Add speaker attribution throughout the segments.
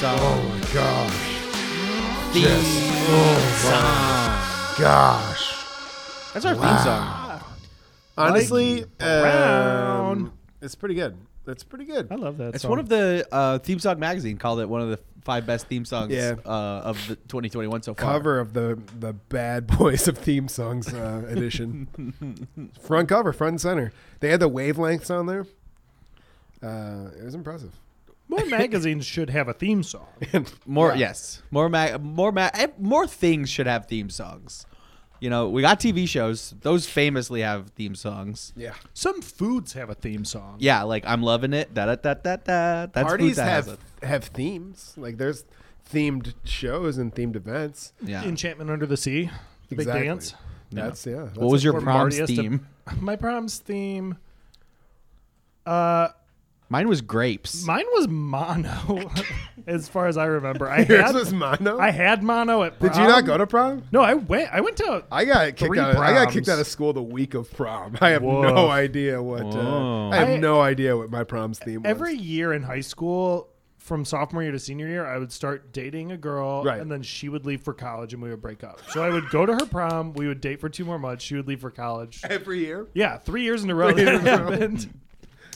Speaker 1: song.
Speaker 2: Oh, my gosh.
Speaker 1: theme
Speaker 2: yes.
Speaker 1: song.
Speaker 2: oh, Gosh.
Speaker 1: That's our theme song.
Speaker 3: Honestly,
Speaker 1: Brown.
Speaker 3: um, it's pretty good. It's pretty good.
Speaker 4: I love that.
Speaker 1: It's one of the uh, theme song magazine called it one of the five best theme songs
Speaker 3: Yeah.
Speaker 1: uh, of the 2021 so far.
Speaker 3: cover of the the Bad Boys of Theme Songs uh, edition. front cover, front and center. They had the wavelengths on there. Uh, it was impressive.
Speaker 4: More magazines should have a theme song.
Speaker 1: More yes, more ma- more ma- eh, more things should have theme songs. You know, we got TV shows; those famously have theme songs.
Speaker 3: Yeah,
Speaker 4: Some foods have a theme song.
Speaker 1: Yeah, like I'm loving it. Da da da da da. That's
Speaker 3: parties
Speaker 1: food that has
Speaker 3: have
Speaker 1: it.
Speaker 3: have themes. Like there's themed shows and themed events.
Speaker 1: Yeah.
Speaker 4: Enchantment Under the Sea, the
Speaker 3: Exactly.
Speaker 4: big dance.
Speaker 3: That's yeah. that's
Speaker 1: what was your
Speaker 4: Where
Speaker 1: prom's
Speaker 4: Marty has to-
Speaker 1: theme?
Speaker 4: my prom's theme. Uh,
Speaker 1: Mine was grapes.
Speaker 4: mine was mono, as far as I remember. I
Speaker 3: Yours
Speaker 4: had
Speaker 3: was mono.
Speaker 4: I had mono at.
Speaker 3: Did you
Speaker 4: prom.
Speaker 3: not go to prom?
Speaker 4: No, I went. I went to.
Speaker 3: I got kicked
Speaker 4: Three
Speaker 3: out. Of, I got
Speaker 4: proms.
Speaker 3: kicked out of school the week of prom. I have
Speaker 4: Woof.
Speaker 3: no idea what. Uh,
Speaker 1: Whoa.
Speaker 3: I have
Speaker 4: I-
Speaker 3: no idea what my prom's theme was.
Speaker 4: Every year in high school, from sophomore year to senior year, I would start dating a girl,
Speaker 3: Right.
Speaker 4: and then she would leave for college, and we would break up. So I would go to her prom. We would date for two more months. She would leave for college.
Speaker 3: every year.
Speaker 4: Yeah, three years in a row. That happened.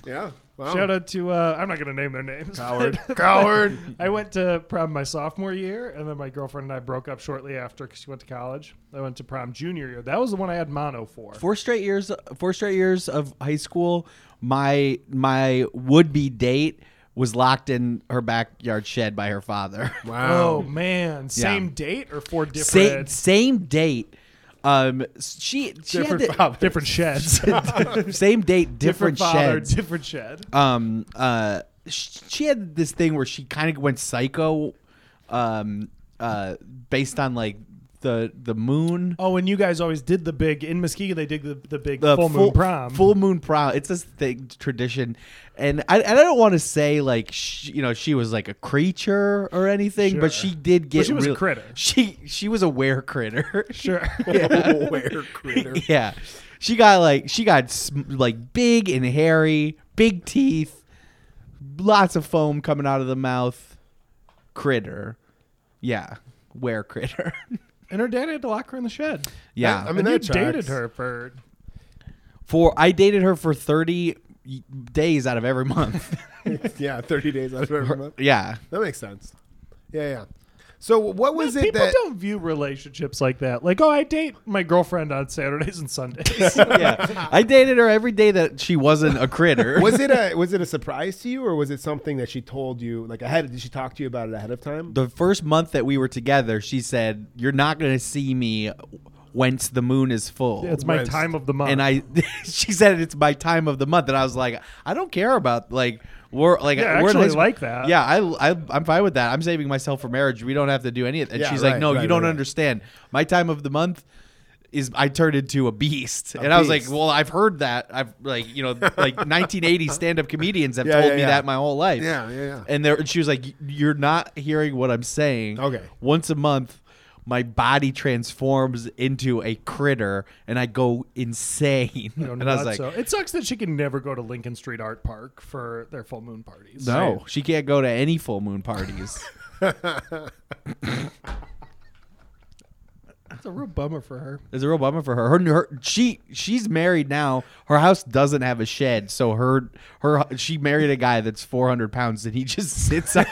Speaker 3: Yeah. Wow.
Speaker 4: Shout out to uh, I'm not going to name their names.
Speaker 3: Oh. Coward. Coward.
Speaker 4: I went to prom my sophomore year, and then my girlfriend and I broke up shortly after because she went to college. I went to prom junior year. That was the one I had mono for.
Speaker 1: four straight years four straight years of high school my my would be date was locked in her backyard shed by her father
Speaker 4: Oh man, same date or four
Speaker 1: same,
Speaker 4: different
Speaker 1: same date um she, she had
Speaker 3: Different
Speaker 1: the-
Speaker 3: father.
Speaker 4: different sheds,
Speaker 1: same date different,
Speaker 4: father,
Speaker 1: sheds
Speaker 4: different shed.
Speaker 1: um uh sh- she had this thing where she kind of went psycho um uh based on like the the moon
Speaker 4: Oh, and you guys always did the big in Muskegon. They did the, the big full moon prom.
Speaker 1: Full moon prom. It's this thing tradition, and I, and I don't want to say like she, you know she was like a creature or anything, but
Speaker 4: Sure.
Speaker 1: she did get.
Speaker 4: she was a
Speaker 1: real-
Speaker 4: critter.
Speaker 1: She she was a were critter.
Speaker 4: sure.
Speaker 3: Where critter.
Speaker 1: yeah, she got like she got sm- like big and hairy, big teeth, lots of foam coming out of the mouth. Critter, yeah, were critter.
Speaker 4: And her dad had to lock her in the shed.
Speaker 1: yeah,
Speaker 3: I mean,
Speaker 4: and you
Speaker 3: that tracks.
Speaker 4: dated her for
Speaker 1: for I dated her for thirty days out of every month.
Speaker 3: yeah, thirty days out of every month.
Speaker 1: yeah.
Speaker 3: That makes sense. Yeah, yeah. So what was it
Speaker 4: people
Speaker 3: that?
Speaker 4: don't view relationships like that. Like, oh, I date my girlfriend on Saturdays and Sundays.
Speaker 1: yeah. I dated her every day that she wasn't a critter.
Speaker 3: Was it a was it a surprise to you, or was it something that she told you? Like ahead, did she talk to you about it ahead of time?
Speaker 1: the first month that we were together, she said, "You're not going to see me whence the moon is full."
Speaker 4: it's my
Speaker 3: Rest.
Speaker 4: time of the month.
Speaker 1: and I she said it's my time of the month and I was like, "I don't care about like we're like
Speaker 4: Yeah, I
Speaker 1: we're in
Speaker 4: actually
Speaker 1: high school."
Speaker 4: like that.
Speaker 1: Yeah, I, I I'm fine with that. I'm saving myself for marriage. We don't have to do any of that. And
Speaker 3: Yeah,
Speaker 1: she's like,
Speaker 3: right,
Speaker 1: "No,
Speaker 3: right,
Speaker 1: you don't
Speaker 3: right, right.
Speaker 1: understand. My time of the month is I turned into a beast." and I was like,
Speaker 3: beast.
Speaker 1: "Well, I've heard that. I've like, you know, like 1980 stand-up comedians have
Speaker 3: Yeah,
Speaker 1: told
Speaker 3: yeah,
Speaker 1: me
Speaker 3: yeah.
Speaker 1: that my whole life."
Speaker 3: Yeah, yeah, yeah.
Speaker 1: And there, and she was like, "You're not hearing what I'm saying."
Speaker 3: Okay.
Speaker 1: Once a month, my body transforms into a critter, and I go insane.
Speaker 4: You know,
Speaker 1: and I was
Speaker 4: nuts.
Speaker 1: like,
Speaker 4: Oh, So it sucks that she can never go to Lincoln Street Art Park for their full moon parties.
Speaker 1: "No, she can't go to any full moon parties."
Speaker 4: it's a real bummer for her.
Speaker 1: it's a real bummer for her. her. Her she she's married now. Her house doesn't have a shed, so her her she married a guy that's 400 pounds, and he just sits on.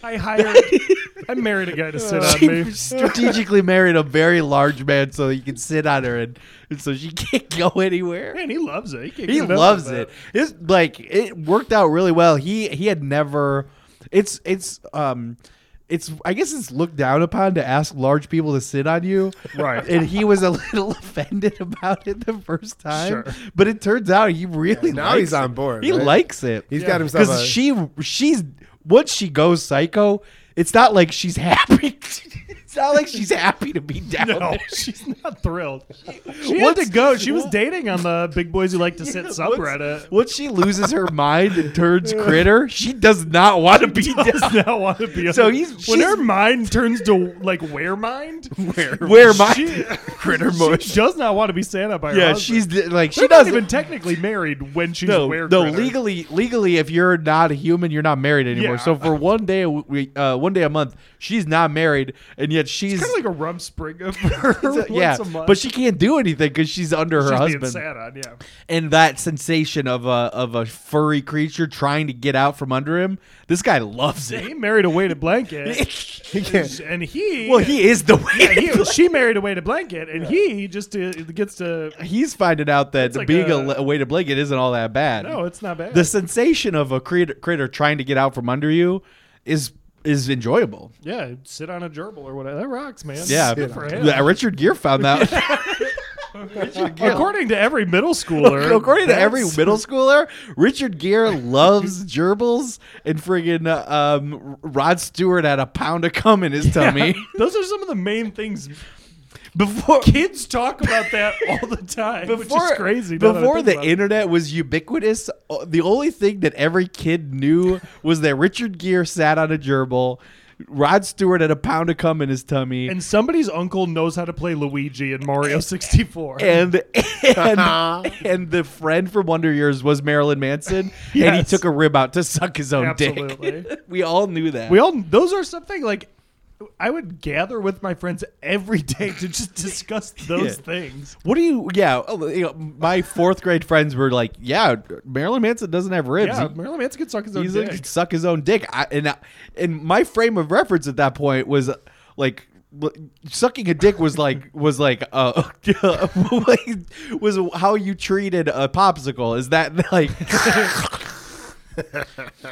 Speaker 4: I hired, I married a guy to sit on me.
Speaker 1: she strategically married a very large man so he can sit on her, and, and so she can't go anywhere.
Speaker 4: Man, he loves it. can't
Speaker 1: he
Speaker 4: get enough
Speaker 1: loves
Speaker 4: of
Speaker 1: it. It's like it worked out really well. He he had never. It's it's um. It's I guess it's looked down upon to ask large people to sit on you,
Speaker 4: Right.
Speaker 1: And he was a little offended about it the first time,
Speaker 4: Sure.
Speaker 1: but it turns out he really
Speaker 3: now
Speaker 1: likes
Speaker 3: he's
Speaker 1: it.
Speaker 3: on board,
Speaker 1: He
Speaker 3: right?
Speaker 1: likes it.
Speaker 3: He's
Speaker 1: He's
Speaker 3: got himself.
Speaker 1: because
Speaker 3: A,
Speaker 1: she she's once she goes psycho, It's not like she's happy. it's not like she's happy to be down
Speaker 4: No,
Speaker 1: there.
Speaker 4: she's not thrilled. She had
Speaker 1: What's-
Speaker 4: to go. She was dating on the big boys who like to sit
Speaker 1: Once-
Speaker 4: subreddit.
Speaker 1: Once she loses her mind and turns critter, she does not want to be down.
Speaker 4: Does not want to be.
Speaker 1: So
Speaker 4: on-
Speaker 1: he's-
Speaker 4: when
Speaker 1: she's-
Speaker 4: her mind turns to like where mind,
Speaker 1: Where my
Speaker 4: she,
Speaker 1: critter
Speaker 4: she
Speaker 1: mush?
Speaker 4: does not want to be Santa by her
Speaker 1: Yeah,
Speaker 4: husband.
Speaker 1: she's d- like she
Speaker 4: They're not
Speaker 1: doesn't
Speaker 4: even technically married when she's
Speaker 1: no,
Speaker 4: where
Speaker 1: no.
Speaker 4: critter.
Speaker 1: Legally, legally, if you're not a human, you're not married anymore.
Speaker 4: Yeah.
Speaker 1: So for one day, a week, uh, one day a month, she's not married, and yet she's
Speaker 4: It's kind of like a rump spring of her. once
Speaker 1: yeah,
Speaker 4: a month.
Speaker 1: but she can't do anything because she's under her
Speaker 4: she's being
Speaker 1: husband.
Speaker 4: Santa. Yeah,
Speaker 1: and that sensation of a of a furry creature trying to get out from under him. This guy loves
Speaker 4: he
Speaker 1: it.
Speaker 4: married a weighted blanket,
Speaker 3: He can't.
Speaker 4: and he
Speaker 1: well, he is the way.
Speaker 4: and he- she married a weighted blanket, and he just uh, gets to
Speaker 1: he's finding out that
Speaker 4: like
Speaker 1: being
Speaker 4: a-
Speaker 1: a, a way to blanket isn't all that bad.
Speaker 4: no, it's not bad.
Speaker 1: the sensation of a critter, critter trying to get out from under you is is enjoyable.
Speaker 4: Yeah, sit on a gerbil or whatever. That rocks, man.
Speaker 1: Yeah,
Speaker 4: Good for him.
Speaker 1: Yeah, Richard Gere found that. Richard Gere-
Speaker 4: According to every middle schooler,
Speaker 1: According to every
Speaker 4: that's-
Speaker 1: middle schooler, Richard Gere loves gerbils and friggin' uh, um, Rod Stewart had a pound of cum in his tummy.
Speaker 4: those are some of the main things
Speaker 1: Before
Speaker 4: kids talk about that all the time, which is crazy. now that I
Speaker 1: Before
Speaker 4: think
Speaker 1: the
Speaker 4: about it.
Speaker 1: internet was ubiquitous, uh, the only thing that every kid knew was that Richard Gere sat on a gerbil, Rod Stewart had a pound of cum in his tummy,
Speaker 4: and somebody's uncle knows how to play Luigi in Mario 64.
Speaker 1: and
Speaker 4: Uh-huh.
Speaker 1: and, and the friend from Wonder Years was Marilyn Manson, and he
Speaker 4: Yes.
Speaker 1: took a rib out to suck his own
Speaker 4: Absolutely.
Speaker 1: dick. we all knew that.
Speaker 4: we all those are something like I would gather with my friends every day to just discuss those
Speaker 1: Yeah.
Speaker 4: things.
Speaker 1: what do you? Yeah, oh, you know, my fourth grade friends were like, "Yeah, Marilyn Manson doesn't have ribs.
Speaker 4: Yeah,
Speaker 1: He-
Speaker 4: Marilyn Manson could suck his own
Speaker 1: He's
Speaker 4: dick.
Speaker 1: like suck his own dick. I, and I, and my frame of reference at that point was uh, like l- sucking a dick was like was like uh like, was how you treated a popsicle. Is that like?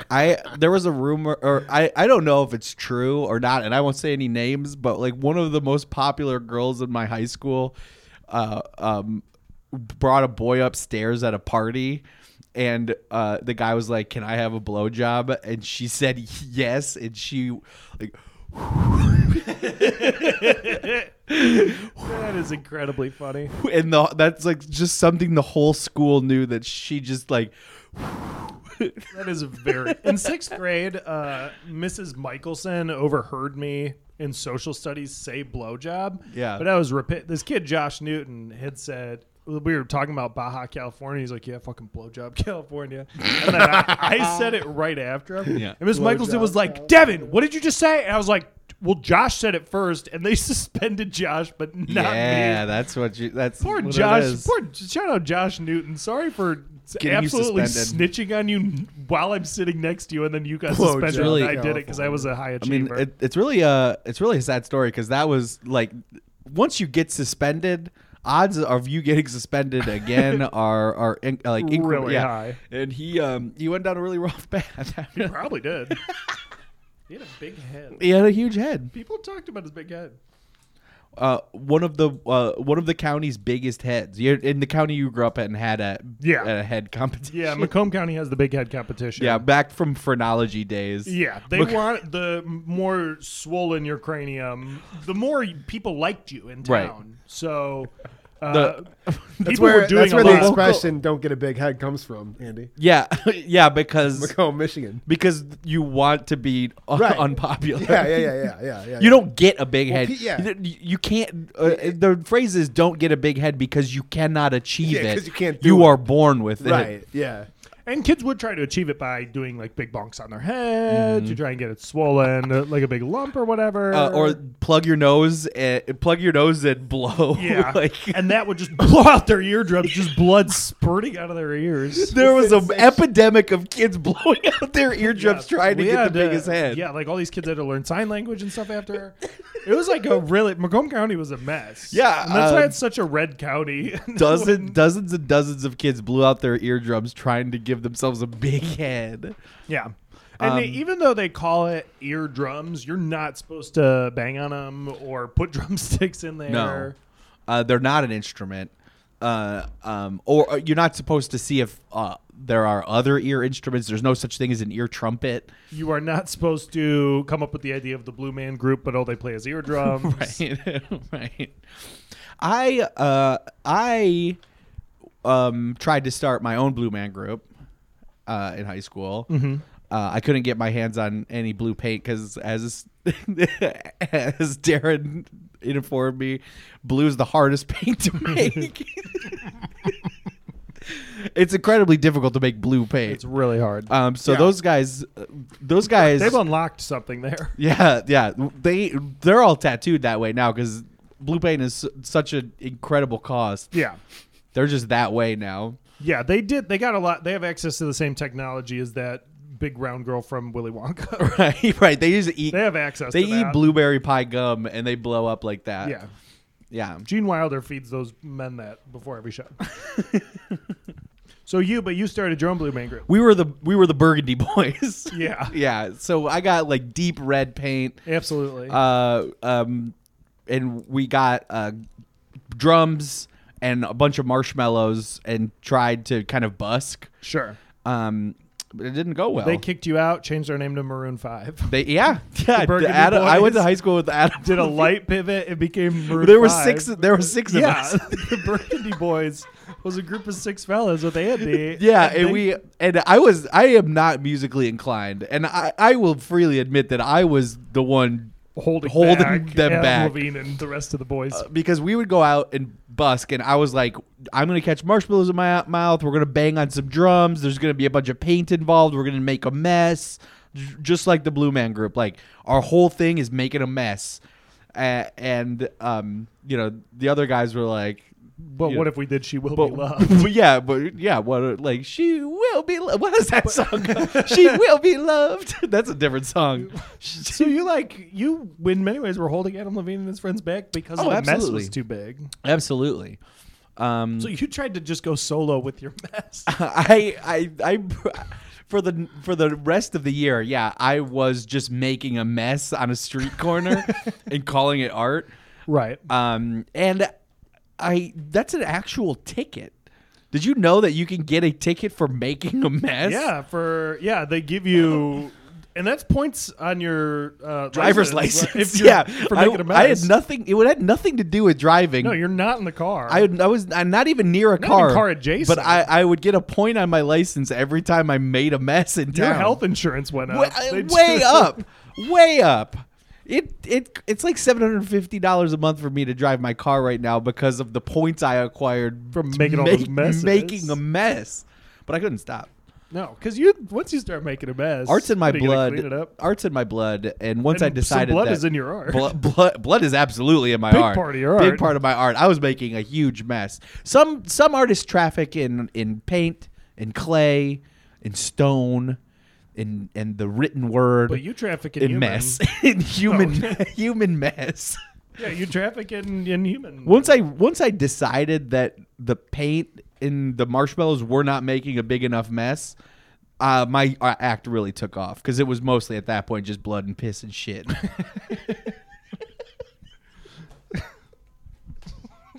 Speaker 1: I there was a rumor or I I don't know if it's true or not and I won't say any names but like one of the most popular girls in my high school uh um brought a boy upstairs at a party and uh the guy was like can I have a blowjob and she said yes and she like
Speaker 4: that is incredibly funny.
Speaker 1: and the, that's like just something the whole school knew that she just like
Speaker 4: That is very. In sixth grade, uh, Mrs. Michelson overheard me in social studies say blowjob.
Speaker 1: Yeah.
Speaker 4: But I was repeat. This kid, Josh Newton, had said, we were talking about Baja California. He's like, yeah, fucking blowjob California. And then I, I said it right after him.
Speaker 1: Yeah.
Speaker 4: And Mrs. Michelson was like, Devin, what did you just say? And I was like, well, Josh said it first, and they suspended Josh, but not
Speaker 1: yeah
Speaker 4: me.
Speaker 1: that's what you that's
Speaker 4: Poor
Speaker 1: what it
Speaker 4: Josh.
Speaker 1: is.
Speaker 4: Poor shout out Josh Newton. Sorry for
Speaker 1: Getting you
Speaker 4: absolutely
Speaker 1: suspended.
Speaker 4: snitching on you while I'm sitting next to you, and then you got
Speaker 3: Blow
Speaker 4: suspended.
Speaker 1: job. Really-
Speaker 4: and I did it because I was a high
Speaker 1: I mean,
Speaker 4: achiever.
Speaker 1: it, it's really a it's really a sad story because that was like once you get suspended, odds of you getting suspended again are are in, like incre-
Speaker 4: Really
Speaker 1: yeah.
Speaker 4: high.
Speaker 1: And he um he went down a really rough path.
Speaker 4: he probably did. he had a big head.
Speaker 1: he had a huge head.
Speaker 4: People talked about his big head.
Speaker 1: Uh, one of the uh, one of the county's biggest heads. you in the county you grew up in had a
Speaker 4: Yeah.
Speaker 1: a head competition.
Speaker 4: Yeah, Macomb County has the big head competition.
Speaker 1: Yeah, back from phrenology days.
Speaker 4: Yeah, they
Speaker 1: Mac-
Speaker 4: want the more swollen your cranium, the more people liked you in
Speaker 1: Right.
Speaker 4: town. So uh,
Speaker 1: The-
Speaker 3: That's
Speaker 4: people
Speaker 3: where,
Speaker 4: were doing
Speaker 3: that's
Speaker 4: a
Speaker 3: where the
Speaker 4: lot.
Speaker 3: expression "don't get a big head" comes from, Andy.
Speaker 1: yeah, yeah, because
Speaker 3: Macomb, Michigan.
Speaker 1: because you want to be un-
Speaker 3: Right.
Speaker 1: unpopular.
Speaker 3: Yeah, yeah, yeah, yeah, yeah. yeah
Speaker 1: You don't get a big head.
Speaker 3: pe- yeah.
Speaker 1: You- You can't. Uh, the phrase is "Don't get a big head" because you cannot achieve
Speaker 3: Yeah,
Speaker 1: it.
Speaker 3: 'cause you can't do
Speaker 1: You
Speaker 3: it.
Speaker 1: are born with it.
Speaker 3: Right. Yeah.
Speaker 4: And kids would try to achieve it by doing like big bonks on their head to try and get it swollen, uh, like a big lump or whatever.
Speaker 1: Mm-hmm. Uh, or plug your nose. And, plug your nose and blow.
Speaker 4: yeah,
Speaker 1: like
Speaker 4: and that would just blow out their eardrums, just blood spurting out of their ears.
Speaker 1: there was an epidemic of kids blowing out their eardrums trying to
Speaker 4: We
Speaker 1: get the
Speaker 4: had, uh,
Speaker 1: biggest head.
Speaker 4: Yeah, like all these kids had to learn sign language and stuff after. It was like a really Macomb County was a mess.
Speaker 1: Yeah,
Speaker 4: and that's
Speaker 1: uh,
Speaker 4: why it's such a red county.
Speaker 1: Dozen, dozens and dozens of kids blew out their eardrums trying to give themselves a big head.
Speaker 4: Yeah. And
Speaker 1: Um,
Speaker 4: they, even though they call it eardrums, you're not supposed to bang on them or put drumsticks in there.
Speaker 1: No, uh, they're not an instrument. uh, um, or or you're not supposed to see if uh, there are other ear instruments. There's no such thing as an ear trumpet.
Speaker 4: You are not supposed to come up with the idea of the Blue Man Group, but all they play is eardrums.
Speaker 1: right right i uh i um tried to start my own blue man group uh in high school uh, i couldn't get my hands on any blue paint because as as darren informed me blue is the hardest paint to make it's incredibly difficult to make blue paint
Speaker 4: It's really hard.
Speaker 1: um so
Speaker 3: Yeah.
Speaker 1: those guys uh, those guys
Speaker 4: They've unlocked something there.
Speaker 1: yeah, yeah. They they're all tattooed that way now because blue paint is su- such an incredible cost.
Speaker 4: Yeah.
Speaker 1: They're just that way now.
Speaker 4: Yeah, they did. They got a lot. They have access to the same technology as that big round girl from Willy Wonka.
Speaker 1: Right, right. They just eat.
Speaker 4: they have access
Speaker 1: They
Speaker 4: to
Speaker 1: eat
Speaker 4: that.
Speaker 1: blueberry pie gum and they blow up like that.
Speaker 4: Yeah.
Speaker 1: yeah.
Speaker 4: Gene Wilder feeds those men that before every shot. so you, but you started your own Blue Man Group.
Speaker 1: We were the we were the burgundy boys.
Speaker 4: Yeah,
Speaker 1: yeah. So I got like deep red paint.
Speaker 4: absolutely.
Speaker 1: Uh, um, and we got uh, drums and a bunch of marshmallows and tried to kind of busk.
Speaker 4: sure.
Speaker 1: Um, but it didn't go well.
Speaker 4: They kicked you out, changed their name to Maroon 5.
Speaker 1: They yeah yeah. the
Speaker 4: Burgundy
Speaker 1: Adam, I went to
Speaker 4: Boys.
Speaker 1: high school with Adam.
Speaker 4: Did a light pivot, it became Maroon
Speaker 1: There were
Speaker 4: 5.
Speaker 1: six. There were six of
Speaker 4: Yeah,
Speaker 1: us.
Speaker 4: the Burgundy Boys was a group of six fellas with Andy.
Speaker 1: Yeah,
Speaker 4: they-
Speaker 1: and we and I was I am not musically inclined, and I I will freely admit that I was the one
Speaker 4: holding,
Speaker 1: holding
Speaker 4: back
Speaker 1: them
Speaker 4: Adam
Speaker 1: back.
Speaker 4: Levine and the rest of the boys.
Speaker 1: uh, because we would go out and busk, and I was like, I'm gonna catch marshmallows in my mouth. We're gonna bang on some drums. There's gonna be a bunch of paint involved. We're gonna make a mess, j- just like the Blue Man Group. Like our whole thing is making a mess, uh, and um, you know, the other guys were like.
Speaker 4: but
Speaker 1: yeah.
Speaker 4: what if we did? She will
Speaker 1: But,
Speaker 4: be loved.
Speaker 1: but yeah, but yeah, what like she will be loved. What is that song? called? she will be loved. That's a different song.
Speaker 4: So you like you in many ways were holding Adam Levine and his friends back because
Speaker 1: Oh,
Speaker 4: the mess
Speaker 1: absolutely.
Speaker 4: was too big.
Speaker 1: Absolutely. Um,
Speaker 4: So you tried to just go solo with your mess.
Speaker 1: I I I for the for the rest of the year, yeah, I was just making a mess on a street corner and calling it art.
Speaker 4: right.
Speaker 1: Um, and I that's an actual ticket. Did you know that you can get a ticket for making a mess?
Speaker 4: Yeah, for yeah, they give you and that's points on your uh,
Speaker 1: driver's
Speaker 4: license,
Speaker 1: license.
Speaker 4: right? If you're-
Speaker 1: yeah,
Speaker 4: for
Speaker 1: I,
Speaker 4: making a mess.
Speaker 1: I had nothing. It would had nothing to do with driving.
Speaker 4: No, you're not in the car.
Speaker 1: I, I was I'm not even near a
Speaker 4: even
Speaker 1: car.
Speaker 4: car adjacent.
Speaker 1: But I, I would get a point on my license every time I made a mess in
Speaker 4: your
Speaker 1: town.
Speaker 4: health insurance went up.
Speaker 1: Wa-
Speaker 4: They
Speaker 1: uh, way,
Speaker 4: just-
Speaker 1: up, way up. It it it's like seven hundred and fifty dollars a month for me to drive my car right now because of the points I acquired
Speaker 4: From
Speaker 1: to
Speaker 4: making all those messes.
Speaker 1: Making a mess, but I couldn't stop.
Speaker 4: No, because you once you start making a mess,
Speaker 1: Art's in my
Speaker 4: what are you gonna
Speaker 1: blood.
Speaker 4: Clean it up.
Speaker 1: Art's in my blood, and once I
Speaker 4: And some
Speaker 1: decided
Speaker 4: blood
Speaker 1: that
Speaker 4: is in your art.
Speaker 1: blood, blood, blood is absolutely in my
Speaker 4: Big
Speaker 1: art.
Speaker 4: part of your
Speaker 1: Big
Speaker 4: art.
Speaker 1: part of my art. I was making a huge mess. Some some artists traffic in in paint, in clay, in stone, in and the written word,
Speaker 4: But you traffic in,
Speaker 1: in
Speaker 4: human.
Speaker 1: mess, in human
Speaker 4: Oh.
Speaker 1: human mess.
Speaker 4: Yeah, you traffic in, in human.
Speaker 1: Once I once I decided that the paint in the marshmallows were not making a big enough mess, uh, my uh, act really took off because it was mostly at that point just blood and piss and shit.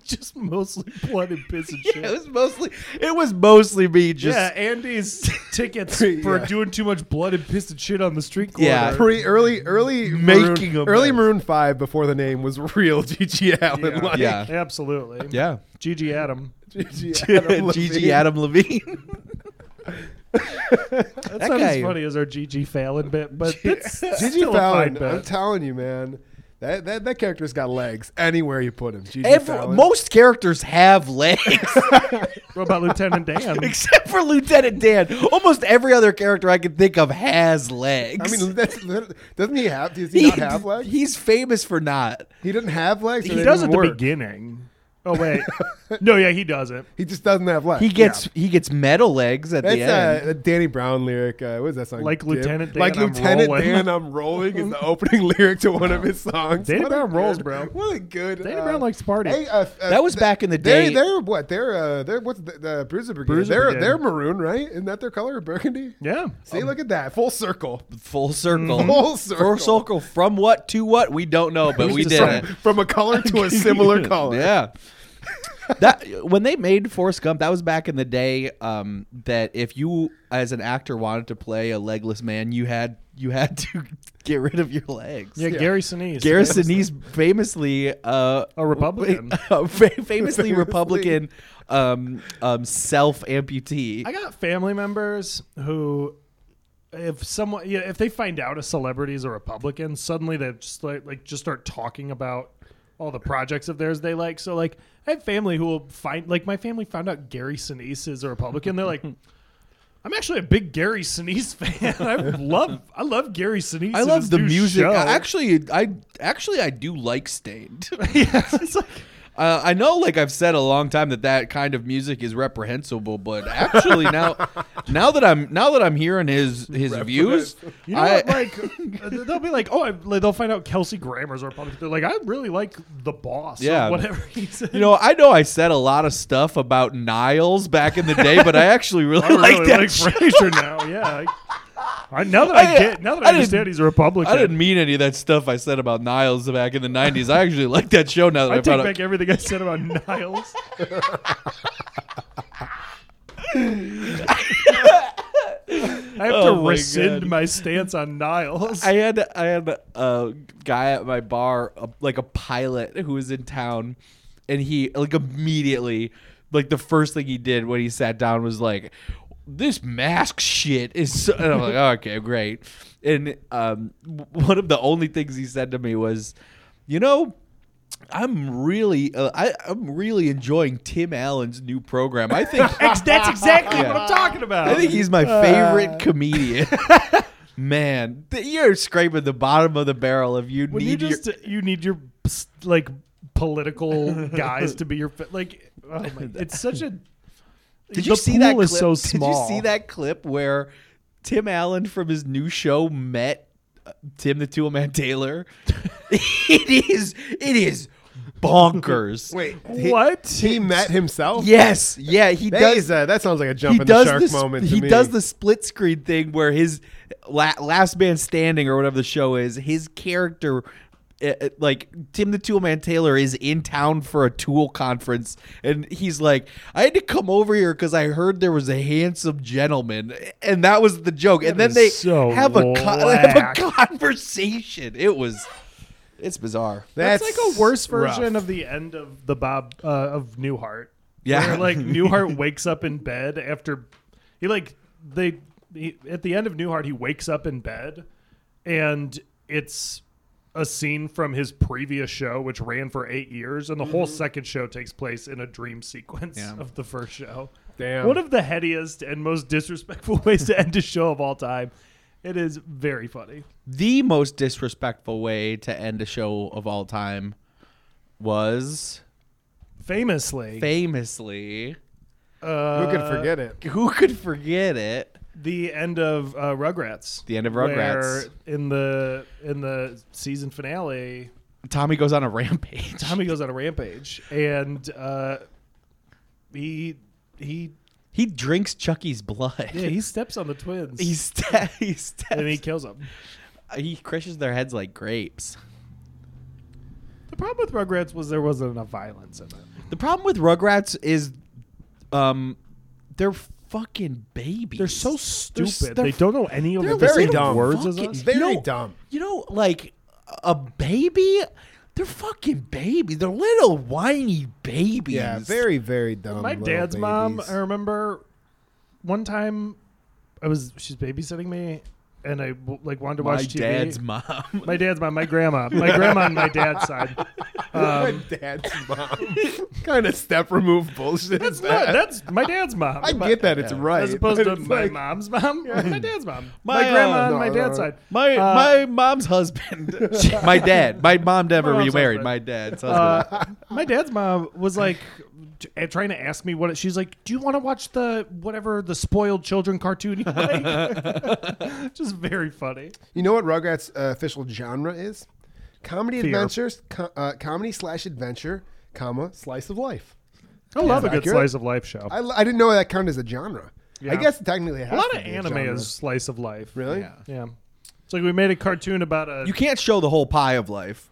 Speaker 4: just mostly blood and piss and shit.
Speaker 1: it was mostly it was mostly me just
Speaker 4: yeah, Andy's tickets
Speaker 3: Pre-
Speaker 4: for
Speaker 3: yeah.
Speaker 4: doing too much blood and piss and shit on the street corner.
Speaker 1: Yeah.
Speaker 3: Pre early early
Speaker 1: Making
Speaker 3: Maroon,
Speaker 1: a
Speaker 3: early
Speaker 1: mess.
Speaker 3: Maroon Five before the name was real GG Allen.
Speaker 4: Yeah.
Speaker 3: Like,
Speaker 1: Yeah.
Speaker 4: absolutely.
Speaker 1: yeah.
Speaker 4: GG Adam.
Speaker 3: GG Adam
Speaker 1: GG
Speaker 3: Levine.
Speaker 1: Adam Levine.
Speaker 4: That's
Speaker 1: That
Speaker 4: not
Speaker 1: guy-
Speaker 4: as funny as our GG Fallon bit, but that's still
Speaker 3: GG
Speaker 4: a fine
Speaker 3: Fallon.
Speaker 4: bit.
Speaker 3: I'm telling you, man. That, that, that character's got legs anywhere you put him. GG
Speaker 1: Every,
Speaker 3: Fallon.
Speaker 1: most characters have legs
Speaker 4: what about Lieutenant Dan?
Speaker 1: except for Lieutenant Dan. Almost every other character I can think of has
Speaker 3: I
Speaker 1: legs.
Speaker 3: mean, that's, doesn't he have? Does he, not have legs? He,
Speaker 1: He's famous for not.
Speaker 3: didn't have legs. or
Speaker 4: he
Speaker 3: they
Speaker 4: does at
Speaker 3: didn't
Speaker 4: the
Speaker 3: work?
Speaker 4: beginning. Oh wait, no, yeah, he doesn't.
Speaker 3: He just doesn't have legs.
Speaker 1: He gets he gets metal legs at
Speaker 3: That's
Speaker 1: the end.
Speaker 3: uh, a Danny Brown lyric. Uh, what was that song?
Speaker 4: Like
Speaker 3: Dip?
Speaker 4: Lieutenant Dan,
Speaker 3: Like
Speaker 4: I'm
Speaker 3: Lieutenant
Speaker 4: rolling.
Speaker 3: Dan, I'm rolling is the opening lyric to one of his songs.
Speaker 4: Danny
Speaker 3: What a
Speaker 4: Brown rolls,
Speaker 3: good-
Speaker 4: bro.
Speaker 3: What a good.
Speaker 4: Danny
Speaker 3: uh,
Speaker 4: Brown likes to party.
Speaker 3: Hey, uh, uh,
Speaker 1: that was back in the
Speaker 3: They,
Speaker 1: day.
Speaker 3: they're what? They're uh, they're what's the, the Bruiser Brigade?
Speaker 4: Bruiser
Speaker 3: they're
Speaker 4: Brigade.
Speaker 3: they're maroon, right? Isn't that their color? Burgundy.
Speaker 4: yeah,
Speaker 3: See, look at that full circle.
Speaker 1: full circle.
Speaker 3: Full circle.
Speaker 1: Full circle. From what to what? We don't know, but we did
Speaker 3: From,
Speaker 1: it.
Speaker 3: from a color to a similar color.
Speaker 1: Yeah. that when they made Forrest Gump, that was back in the day um, that if you as an actor wanted to play a legless man, you had you had to get rid of your legs.
Speaker 4: Yeah, Gary Sinise.
Speaker 1: Gary Sinise famously uh,
Speaker 4: A Republican.
Speaker 1: a fa- famously Republican um, um, self
Speaker 4: I
Speaker 1: amputee.
Speaker 4: got family members who, if someone, yeah, if they find out a celebrity is a Republican, suddenly they just like, like just start talking about all the projects of theirs they like. So like, I have family who will find like my family found out Gary Sinise is a Republican. They're like. I'm actually a big Gary Sinise fan. I love I love Gary Sinise.
Speaker 1: I
Speaker 4: and
Speaker 1: love
Speaker 4: his
Speaker 1: the
Speaker 4: new
Speaker 1: music.
Speaker 4: show.
Speaker 1: I- actually, I actually I do like Stained.
Speaker 4: yeah, it's like
Speaker 1: Uh, I know, like I've said a long time, that that kind of music is reprehensible. But actually, now, now that I'm now that I'm hearing his his views,
Speaker 4: You know
Speaker 1: I-
Speaker 4: what? Like they'll be like, oh, I, like, they'll find out Kelsey Grammer's a Republican. They're like, I really like the boss.
Speaker 1: Yeah.
Speaker 4: or whatever he's.
Speaker 1: you know, I know I said a lot of stuff about Niles back in the day, but I actually really
Speaker 4: I
Speaker 1: like
Speaker 4: really
Speaker 1: that.
Speaker 4: like
Speaker 1: shit.
Speaker 4: Frasier now. Yeah. I, I- now that I,
Speaker 1: I-
Speaker 4: get, now that
Speaker 1: I
Speaker 4: I, understand
Speaker 1: didn't-
Speaker 4: he's a Republican,
Speaker 1: I didn't mean any of that stuff I said about Niles back in the '90s. I actually like that show now that I,
Speaker 4: I take
Speaker 1: found out.
Speaker 4: back everything I said about Niles. I have
Speaker 1: Oh
Speaker 4: to
Speaker 1: my
Speaker 4: rescind
Speaker 1: God.
Speaker 4: my stance on Niles.
Speaker 1: I had I had a guy at my bar, a, like a pilot who was in town, and he like immediately, like the first thing he did when he sat down was like, "This mask shit is," so, and I'm like, oh, "Okay, great." And um, w- one of the only things he said to me was, "You know." I'm really, uh, I, I'm really enjoying Tim Allen's new program. I think
Speaker 4: Ex- that's exactly
Speaker 1: Yeah.
Speaker 4: what I'm talking about.
Speaker 1: I think he's my favorite
Speaker 4: Uh.
Speaker 1: comedian. Man, th- you're scraping the bottom of the barrel if you
Speaker 4: when
Speaker 1: need
Speaker 4: you just you need your like political guys to be your fa- like oh my, it's such a
Speaker 1: your. Did you
Speaker 4: the
Speaker 1: see that
Speaker 4: pool
Speaker 1: clip?
Speaker 4: is so small
Speaker 1: Did you see that clip where Tim Allen from his new show met uh, Tim the Tool Man Taylor? it is. It is bonkers.
Speaker 3: Wait, he-
Speaker 4: what
Speaker 3: He met himself.
Speaker 1: Yes. Yeah. He
Speaker 3: that,
Speaker 1: does.
Speaker 3: is a, that sounds like a jump in the
Speaker 1: does
Speaker 3: shark
Speaker 1: this-
Speaker 3: moment. to
Speaker 1: He
Speaker 3: me.
Speaker 1: does the split screen thing where his la- last man standing or whatever the show is, his character. uh, uh, like Tim the Tool Man Taylor is in town for a tool conference, and he's like, "I had to come over here because I heard there was a handsome gentleman," and that was the joke. and then
Speaker 4: is
Speaker 1: they
Speaker 4: so
Speaker 1: have a con- have
Speaker 4: whack.
Speaker 1: a conversation. It was, it's bizarre.
Speaker 4: that's,
Speaker 3: That's,
Speaker 4: like a worse version
Speaker 3: rough.
Speaker 4: of the end of the bob uh, of newhart
Speaker 1: Yeah.
Speaker 4: Where, like newhart wakes up in bed after he like they he, at the end of newhart he wakes up in bed and it's a scene from his previous show which ran for eight years and the
Speaker 3: Mm-hmm.
Speaker 4: whole second show takes place in a dream sequence
Speaker 1: Yeah.
Speaker 4: of the first show
Speaker 3: Damn.
Speaker 4: one of the headiest and most disrespectful ways to end a show of all time it is very funny
Speaker 1: the most disrespectful way to end a show of all time was
Speaker 4: famously
Speaker 1: famously
Speaker 4: uh,
Speaker 3: Who could forget it?
Speaker 1: who could forget it?
Speaker 4: the end of uh, Rugrats.
Speaker 1: The end of
Speaker 4: Where
Speaker 1: Rugrats.
Speaker 4: in the in the season finale,
Speaker 1: Tommy goes on a rampage.
Speaker 4: Tommy goes on a rampage and uh, he he
Speaker 1: He drinks Chucky's blood.
Speaker 4: yeah he steps on the twins.
Speaker 1: he sta- he steps.
Speaker 4: and he kills them.
Speaker 1: he crushes their heads like grapes.
Speaker 4: The problem with Rugrats was there wasn't enough violence in it.
Speaker 1: The problem with Rugrats is, um, they're fucking babies.
Speaker 4: They're so stupid.
Speaker 1: s-
Speaker 4: they
Speaker 1: they're
Speaker 4: don't know any of
Speaker 1: they're
Speaker 4: the
Speaker 3: very
Speaker 4: same
Speaker 3: dumb.
Speaker 4: words as
Speaker 1: fucking-
Speaker 4: us.
Speaker 3: Very
Speaker 1: You know-
Speaker 3: dumb.
Speaker 1: You know, like a baby. They're fucking babies. They're little whiny babies.
Speaker 3: Yeah, very, very dumb.
Speaker 4: My
Speaker 3: little
Speaker 4: dad's mom,
Speaker 3: babies.
Speaker 4: I remember one time I was she's babysitting me and I like wanted to
Speaker 1: My
Speaker 4: watch TV.
Speaker 1: dad's mom.
Speaker 4: My dad's mom, my grandma, my grandma on my dad's side.
Speaker 3: My
Speaker 4: Um,
Speaker 3: dad's mom. kind of step remove bullshit.
Speaker 4: that's
Speaker 3: That's
Speaker 4: not,
Speaker 3: that?
Speaker 4: that's my dad's mom.
Speaker 3: I get that it's
Speaker 1: yeah.
Speaker 3: right.
Speaker 4: as opposed
Speaker 3: but
Speaker 4: to
Speaker 3: it's
Speaker 4: my
Speaker 3: like-
Speaker 4: mom's mom, my dad's mom, my,
Speaker 1: My, uh,
Speaker 4: grandma on
Speaker 3: no,
Speaker 4: my dad's
Speaker 3: no.
Speaker 4: side.
Speaker 1: My
Speaker 4: Uh,
Speaker 1: my mom's husband, my dad, my mom never
Speaker 4: My mom's
Speaker 1: remarried.
Speaker 4: husband.
Speaker 1: My dad's husband.
Speaker 4: Uh, my dad's mom was like t- trying to ask me what it, she's like. Do you want to watch the whatever the spoiled children cartoon you like? Just very funny.
Speaker 3: You know what Rugrats' uh, official genre is? Comedy
Speaker 4: Fear.
Speaker 3: adventures, co- uh, comedy slash adventure, comma slice of life.
Speaker 4: I love
Speaker 3: Yeah.
Speaker 4: a good
Speaker 3: Accurate.
Speaker 4: slice of life show.
Speaker 3: I, I didn't know that counted as a genre.
Speaker 4: Yeah.
Speaker 3: I guess technically it
Speaker 4: a
Speaker 3: has
Speaker 4: lot
Speaker 3: to
Speaker 4: of
Speaker 3: be a
Speaker 4: anime
Speaker 3: genre.
Speaker 4: is slice of life.
Speaker 3: really.
Speaker 1: yeah.
Speaker 4: Yeah. It's like we made a cartoon about a
Speaker 1: You can't show the whole pie of life.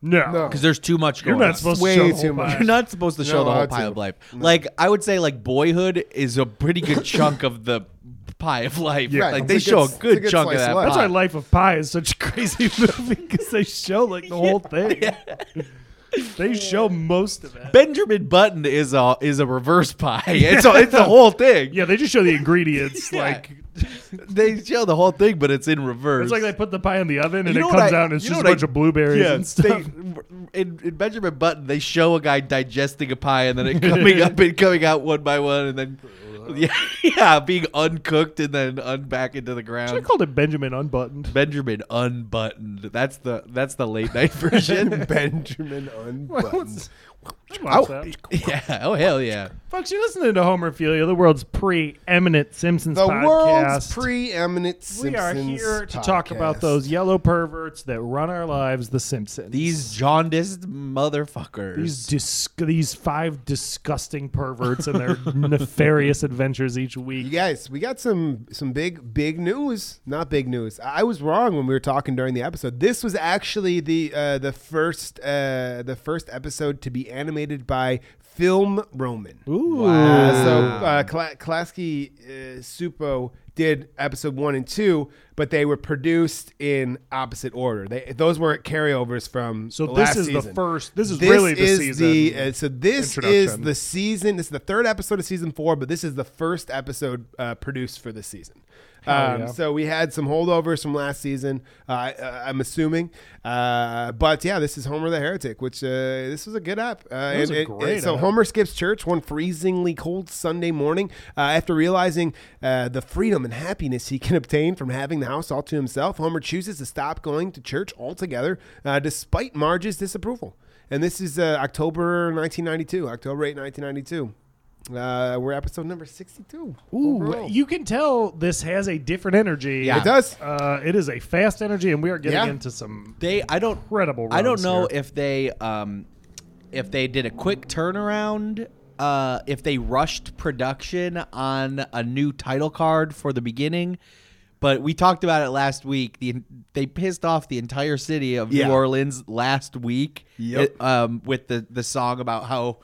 Speaker 4: No.
Speaker 3: No.
Speaker 1: because there's too much
Speaker 4: You're
Speaker 1: going on.
Speaker 4: not supposed
Speaker 3: Way
Speaker 4: to show the
Speaker 3: too
Speaker 4: whole
Speaker 3: much.
Speaker 4: pie.
Speaker 1: You're not supposed to show
Speaker 3: No,
Speaker 1: the whole
Speaker 3: I'd
Speaker 1: pie
Speaker 3: say-
Speaker 1: of life. Like I would say, like Boyhood is a pretty good chunk of the pie of life.
Speaker 4: Yeah.
Speaker 1: like
Speaker 3: Right.
Speaker 1: they
Speaker 3: It's a
Speaker 1: show a
Speaker 3: good- it's a
Speaker 1: good
Speaker 3: good
Speaker 1: chunk of
Speaker 3: slice
Speaker 1: that.
Speaker 3: of life.
Speaker 4: That's why
Speaker 1: pie.
Speaker 4: Life of Pi is such a crazy movie because they show like the whole thing. They show most of it.
Speaker 1: Benjamin Button is a is a reverse pie. It's a, it's the whole thing.
Speaker 4: Yeah, they just show the ingredients.
Speaker 1: Yeah.
Speaker 4: Like
Speaker 1: They show the whole thing, but it's in reverse.
Speaker 4: it's like they put the pie in the oven and it
Speaker 1: You know
Speaker 4: comes
Speaker 1: what I-
Speaker 4: out and it's
Speaker 1: you
Speaker 4: just
Speaker 1: know
Speaker 4: a
Speaker 1: what I-
Speaker 4: bunch of blueberries
Speaker 1: yeah,
Speaker 4: and stuff.
Speaker 1: they- in, in Benjamin Button, they show a guy digesting a pie and then it coming up and coming out one by one, and then yeah, yeah, being uncooked and then unback into the
Speaker 4: I
Speaker 1: ground.
Speaker 4: called it Benjamin Unbuttoned.
Speaker 1: Benjamin unbuttoned. That's the that's the late night version.
Speaker 3: Benjamin Unbuttoned.
Speaker 4: I watched that.
Speaker 1: yeah. Oh hell yeah.
Speaker 4: Folks, you're listening to Homerphilia, the world's preeminent Simpsons
Speaker 3: The
Speaker 4: podcast.
Speaker 3: world's preeminent
Speaker 4: we
Speaker 3: Simpsons.
Speaker 4: are here to talk about
Speaker 3: podcast.
Speaker 4: those yellow perverts that run our lives, the Simpsons.
Speaker 1: These jaundiced motherfuckers.
Speaker 4: these dis- these five disgusting perverts and their nefarious adventures each
Speaker 3: You
Speaker 4: week.
Speaker 3: guys, we got some some big big news. Not big news. I I was wrong when we were talking during the episode. This was actually the uh, the first uh, the first episode to be animated by Film Roman.
Speaker 4: Ooh.
Speaker 3: Uh, so uh, Kla- Klasky uh, Supo did episode one and two, but they were produced in opposite order. They those were carryovers from
Speaker 4: So
Speaker 3: the
Speaker 4: this
Speaker 3: last
Speaker 4: is the
Speaker 3: season.
Speaker 4: first. This is
Speaker 3: This
Speaker 4: really the
Speaker 3: is
Speaker 4: season.
Speaker 3: the uh, so this is
Speaker 4: introduction.
Speaker 3: the season. This is the third episode of season four, but this is the first episode uh, produced for this season. Um,
Speaker 4: yeah.
Speaker 3: So we had some holdovers from last season, uh, I, uh, I'm assuming. Uh, but yeah, this is Homer the Heretic, which uh, this was a good app. Uh,
Speaker 4: It was
Speaker 3: and
Speaker 4: a great
Speaker 3: so
Speaker 4: app.
Speaker 3: Homer skips church one freezingly cold Sunday morning uh, after realizing uh, the freedom and happiness he can obtain from having the house all to himself. Homer chooses to stop going to church altogether, uh, despite Marge's disapproval. And this is uh, October 1992, October 8, 1992. Uh, we're episode number 62.
Speaker 4: Ooh,
Speaker 3: overall.
Speaker 4: you can tell this has a different energy.
Speaker 1: Yeah.
Speaker 3: it does.
Speaker 4: Uh, it is a fast energy, and we are getting
Speaker 3: Yeah.
Speaker 4: into some
Speaker 1: they I don't
Speaker 4: incredible.
Speaker 1: I don't
Speaker 4: runs
Speaker 1: know
Speaker 4: here.
Speaker 1: if they um if they did a quick turnaround uh if they rushed production on a new title card for the beginning but we talked about it last week the they pissed off the entire city of
Speaker 3: Yeah.
Speaker 1: New Orleans last week
Speaker 3: Yep.
Speaker 1: it- um with the the song about how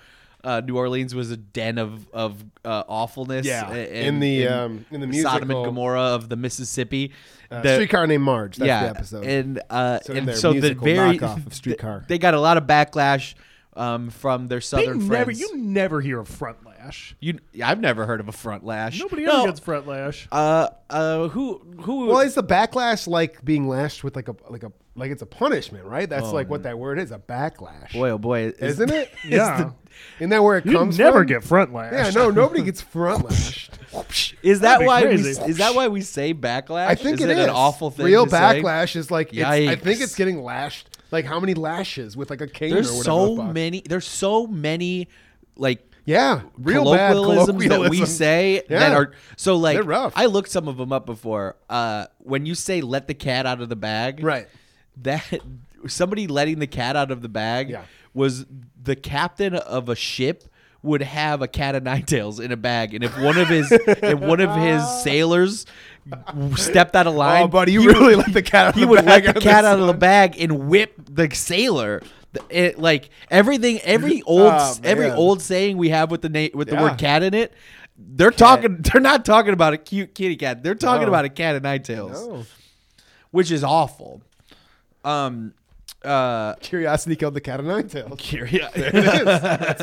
Speaker 1: uh, New Orleans was a den of of uh, awfulness.
Speaker 3: Yeah.
Speaker 1: a-
Speaker 3: In the, um, in the
Speaker 1: Sodom and
Speaker 3: musical-
Speaker 1: Gomorrah of the Mississippi,
Speaker 3: Uh,
Speaker 1: The-
Speaker 3: Streetcar named Marge. That's
Speaker 1: yeah,
Speaker 3: the episode.
Speaker 1: and uh,
Speaker 3: So in
Speaker 1: and
Speaker 3: their
Speaker 1: so the
Speaker 3: musical
Speaker 1: very
Speaker 3: knockoff of Streetcar.
Speaker 1: They got a lot of backlash um, from their
Speaker 4: They
Speaker 1: southern
Speaker 4: never,
Speaker 1: friends.
Speaker 4: you never hear of front lash.
Speaker 1: you, I've never heard of a front lash.
Speaker 4: Nobody
Speaker 1: No,
Speaker 4: ever gets front lash.
Speaker 1: Uh, uh, who who?
Speaker 3: Well, is the backlash like being lashed with like a like a like it's a punishment, right? That's like what that word is, a backlash.
Speaker 1: Oh. boy, oh boy, is-
Speaker 3: Isn't it?
Speaker 4: Yeah.
Speaker 3: Isn't that where it
Speaker 4: You
Speaker 3: comes
Speaker 4: never
Speaker 3: from?
Speaker 4: get front lash.
Speaker 3: Yeah, no, nobody gets front lashed.
Speaker 4: That'd
Speaker 1: is that
Speaker 4: be
Speaker 1: why we,
Speaker 4: crazy.
Speaker 1: is that why we say backlash?
Speaker 3: I think
Speaker 1: is
Speaker 3: it is
Speaker 1: an awful thing.
Speaker 3: Real
Speaker 1: to say?
Speaker 3: backlash is like it's, I
Speaker 1: Yikes.
Speaker 3: think it's getting lashed. Like how many lashes with like a cane or
Speaker 1: There's
Speaker 3: whatever.
Speaker 1: so
Speaker 3: the fuck.
Speaker 1: many. There's so many like
Speaker 3: Yeah, real bad
Speaker 1: colloquialisms that we
Speaker 3: colloquialism.
Speaker 1: say that
Speaker 3: Yeah.
Speaker 1: are so like
Speaker 3: They're rough.
Speaker 1: I looked some of them up before. Uh, when you say "let the cat out of the bag,"
Speaker 3: Right.
Speaker 1: That somebody letting the cat out of the bag
Speaker 3: Yeah.
Speaker 1: was the captain of a ship would have a cat of nine tails in a bag, and if one of his if one of his sailors stepped out of line,
Speaker 3: Oh, buddy, you
Speaker 1: he
Speaker 3: really let the cat out of
Speaker 1: he
Speaker 3: the
Speaker 1: would
Speaker 3: bag
Speaker 1: let the
Speaker 3: on
Speaker 1: cat
Speaker 3: this
Speaker 1: out of the
Speaker 3: one.
Speaker 1: bag and whip the sailor. The- It, like everything, every old,
Speaker 3: Oh,
Speaker 1: every
Speaker 3: man.
Speaker 1: old saying we have with the name with the
Speaker 3: Yeah.
Speaker 1: word cat in it, they're talking. They're not talking about a cute kitty cat. They're talking
Speaker 3: No.
Speaker 1: about a cat of nine tails,
Speaker 3: No.
Speaker 1: which is awful. Um, uh,
Speaker 3: Curiosity killed the cat of nine tails.
Speaker 1: yeah,
Speaker 3: That's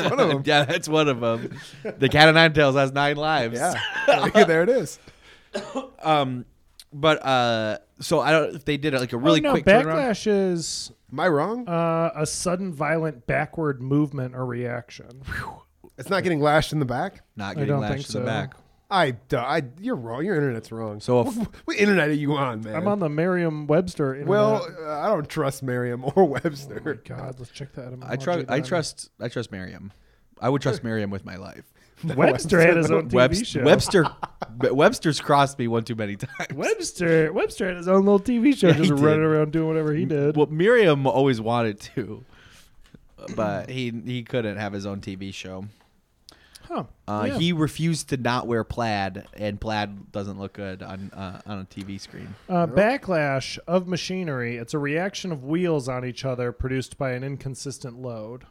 Speaker 3: one of them.
Speaker 1: uh, yeah, that's one of them. The cat of nine tails has nine lives.
Speaker 3: Yeah, Like, there it is.
Speaker 1: Um, but uh, so I don't. If they did it like a really
Speaker 4: oh, no,
Speaker 1: quick turnaround.
Speaker 4: backlash is
Speaker 3: Am I wrong?
Speaker 4: uh, a sudden violent backward movement or reaction.
Speaker 3: It's not getting lashed in the back.
Speaker 1: not getting
Speaker 4: don't
Speaker 1: lashed
Speaker 4: think
Speaker 1: in
Speaker 4: so.
Speaker 1: the back.
Speaker 3: I, d- I- you're wrong. Your internet's wrong.
Speaker 1: So if-
Speaker 3: what, what internet are you on, man?
Speaker 4: I'm on the Merriam-Webster. Internet.
Speaker 3: Well, uh, I don't trust Merriam
Speaker 1: Oh,
Speaker 3: or Webster.
Speaker 4: God, let's check that.
Speaker 1: I trust. I trust. I trust Merriam. I would trust Merriam with my life.
Speaker 4: Webster had his own TV
Speaker 1: Webs-
Speaker 4: show.
Speaker 1: Webster. Be- Webster's crossed me one too many times.
Speaker 4: Webster Webster had his own little TV show,
Speaker 1: Yeah, he
Speaker 4: just
Speaker 1: did.
Speaker 4: running around doing whatever he did.
Speaker 1: Well, Miriam always wanted to, but he he couldn't have his own TV show.
Speaker 4: Huh.
Speaker 1: Uh,
Speaker 4: Yeah.
Speaker 1: He refused to not wear plaid, and plaid doesn't look good on uh, on a TV screen.
Speaker 4: Uh, backlash of machinery. It's a reaction of wheels on each other produced by an inconsistent load.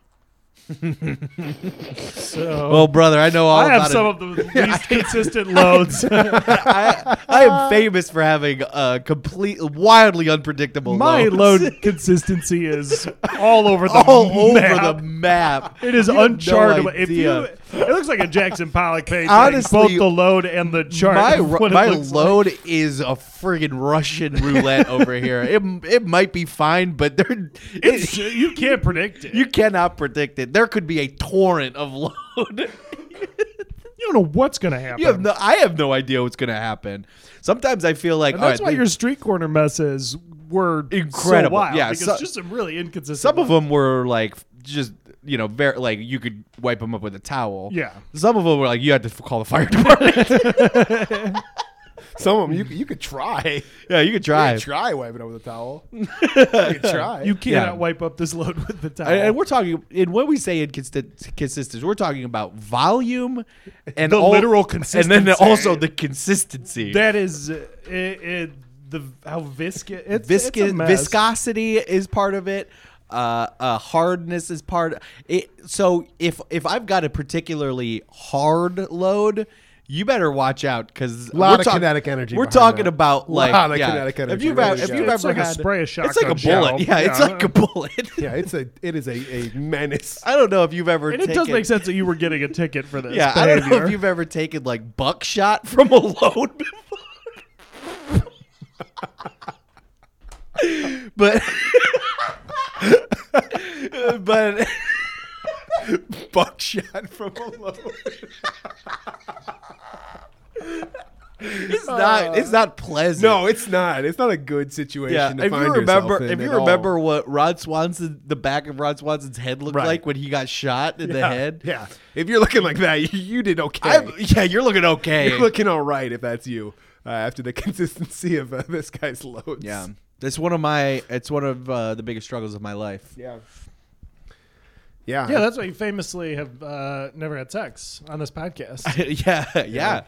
Speaker 4: so
Speaker 1: Well, brother, I know
Speaker 4: Oh.
Speaker 1: all
Speaker 4: I have
Speaker 1: about
Speaker 4: some
Speaker 1: it.
Speaker 4: of the least consistent loads.
Speaker 1: I, I am famous for having a complete, wildly unpredictable.
Speaker 4: My
Speaker 1: loads.
Speaker 4: load consistency is all over the
Speaker 1: all
Speaker 4: map.
Speaker 1: over the map.
Speaker 4: It is
Speaker 1: You have no
Speaker 4: uncharted. if you,
Speaker 1: idea.
Speaker 4: it looks like a Jackson Pollock page.
Speaker 1: Honestly,
Speaker 4: like both the load and the chart.
Speaker 1: My,
Speaker 4: of
Speaker 1: ru-
Speaker 4: what it
Speaker 1: my
Speaker 4: looks
Speaker 1: load is a friggin' Russian roulette over here. It it might be fine, but there
Speaker 4: like.
Speaker 1: it,
Speaker 4: you can't predict it.
Speaker 1: you cannot predict it. There could be a torrent of load.
Speaker 4: You don't know what's going to happen.
Speaker 1: You have no, I have no idea what's gonna happen. Sometimes I feel like
Speaker 4: and that's
Speaker 1: all
Speaker 4: why
Speaker 1: right,
Speaker 4: your street corner messes were
Speaker 1: Incredible.
Speaker 4: So wild,
Speaker 1: Yeah,
Speaker 4: because
Speaker 1: so-
Speaker 4: just some really inconsistent.
Speaker 1: some of them were like just you know very like you could wipe them up with a towel.
Speaker 4: Yeah.
Speaker 1: Some of them were like you had to f- call the fire department.
Speaker 3: Some of them you you could try.
Speaker 1: yeah, you could
Speaker 3: You
Speaker 1: try.
Speaker 3: could try wiping it over the towel. you could try.
Speaker 4: you cannot
Speaker 1: Yeah.
Speaker 4: wipe up this load with the towel.
Speaker 1: And, and we're talking, and when we say inconsistency, we're talking about volume and
Speaker 4: The
Speaker 1: all-
Speaker 4: literal
Speaker 1: and
Speaker 4: consistency.
Speaker 1: then also the consistency.
Speaker 4: that is uh, it, it, the how viscous it's, it's a
Speaker 1: Viscous
Speaker 4: mess.
Speaker 1: viscosity is part of it. Uh, uh, hardness is part. It so if if I've got a particularly hard load, you better watch out because
Speaker 3: Lot of kinetic energy
Speaker 1: We're
Speaker 3: behind
Speaker 1: talking
Speaker 3: that.
Speaker 1: about like
Speaker 3: Lot of
Speaker 1: yeah,
Speaker 3: kinetic
Speaker 1: If
Speaker 3: energy
Speaker 1: you've,
Speaker 3: ready to
Speaker 1: if
Speaker 3: go.
Speaker 1: you've
Speaker 4: It's
Speaker 1: ever
Speaker 4: like a
Speaker 1: had-
Speaker 4: spray of
Speaker 1: it's like a
Speaker 4: shotgun shell.
Speaker 1: bullet. Yeah, it's
Speaker 4: Yeah.
Speaker 1: like a bullet.
Speaker 3: yeah, it's a it is a, a menace.
Speaker 1: I don't know if you've ever.
Speaker 4: and
Speaker 1: taken,
Speaker 4: it does make sense that you were getting a ticket for this.
Speaker 1: Yeah, I
Speaker 4: behavior.
Speaker 1: don't know if you've ever taken like buckshot from a load before. but but
Speaker 3: Buckshot from a load.
Speaker 1: it's not it's not pleasant.
Speaker 3: No, it's not. It's not a good situation
Speaker 1: Yeah,
Speaker 3: to
Speaker 1: if
Speaker 3: find
Speaker 1: you remember,
Speaker 3: yourself in
Speaker 1: if you
Speaker 3: at all.
Speaker 1: remember what Rod Swanson, the back of Rod Swanson's head looked
Speaker 3: Right.
Speaker 1: like when he got shot in the
Speaker 3: Yeah,
Speaker 1: head.
Speaker 3: Yeah. If you're looking like that, you, you did okay.
Speaker 1: I'm, yeah, you're looking okay.
Speaker 3: You're looking all right if that's you. Uh, after the consistency of uh, this guy's loads.
Speaker 1: yeah, it's one of my it's one of uh, the biggest struggles of my life.
Speaker 3: Yeah. Yeah.
Speaker 4: yeah, that's why you famously have uh, never had sex on this podcast.
Speaker 1: yeah, yeah.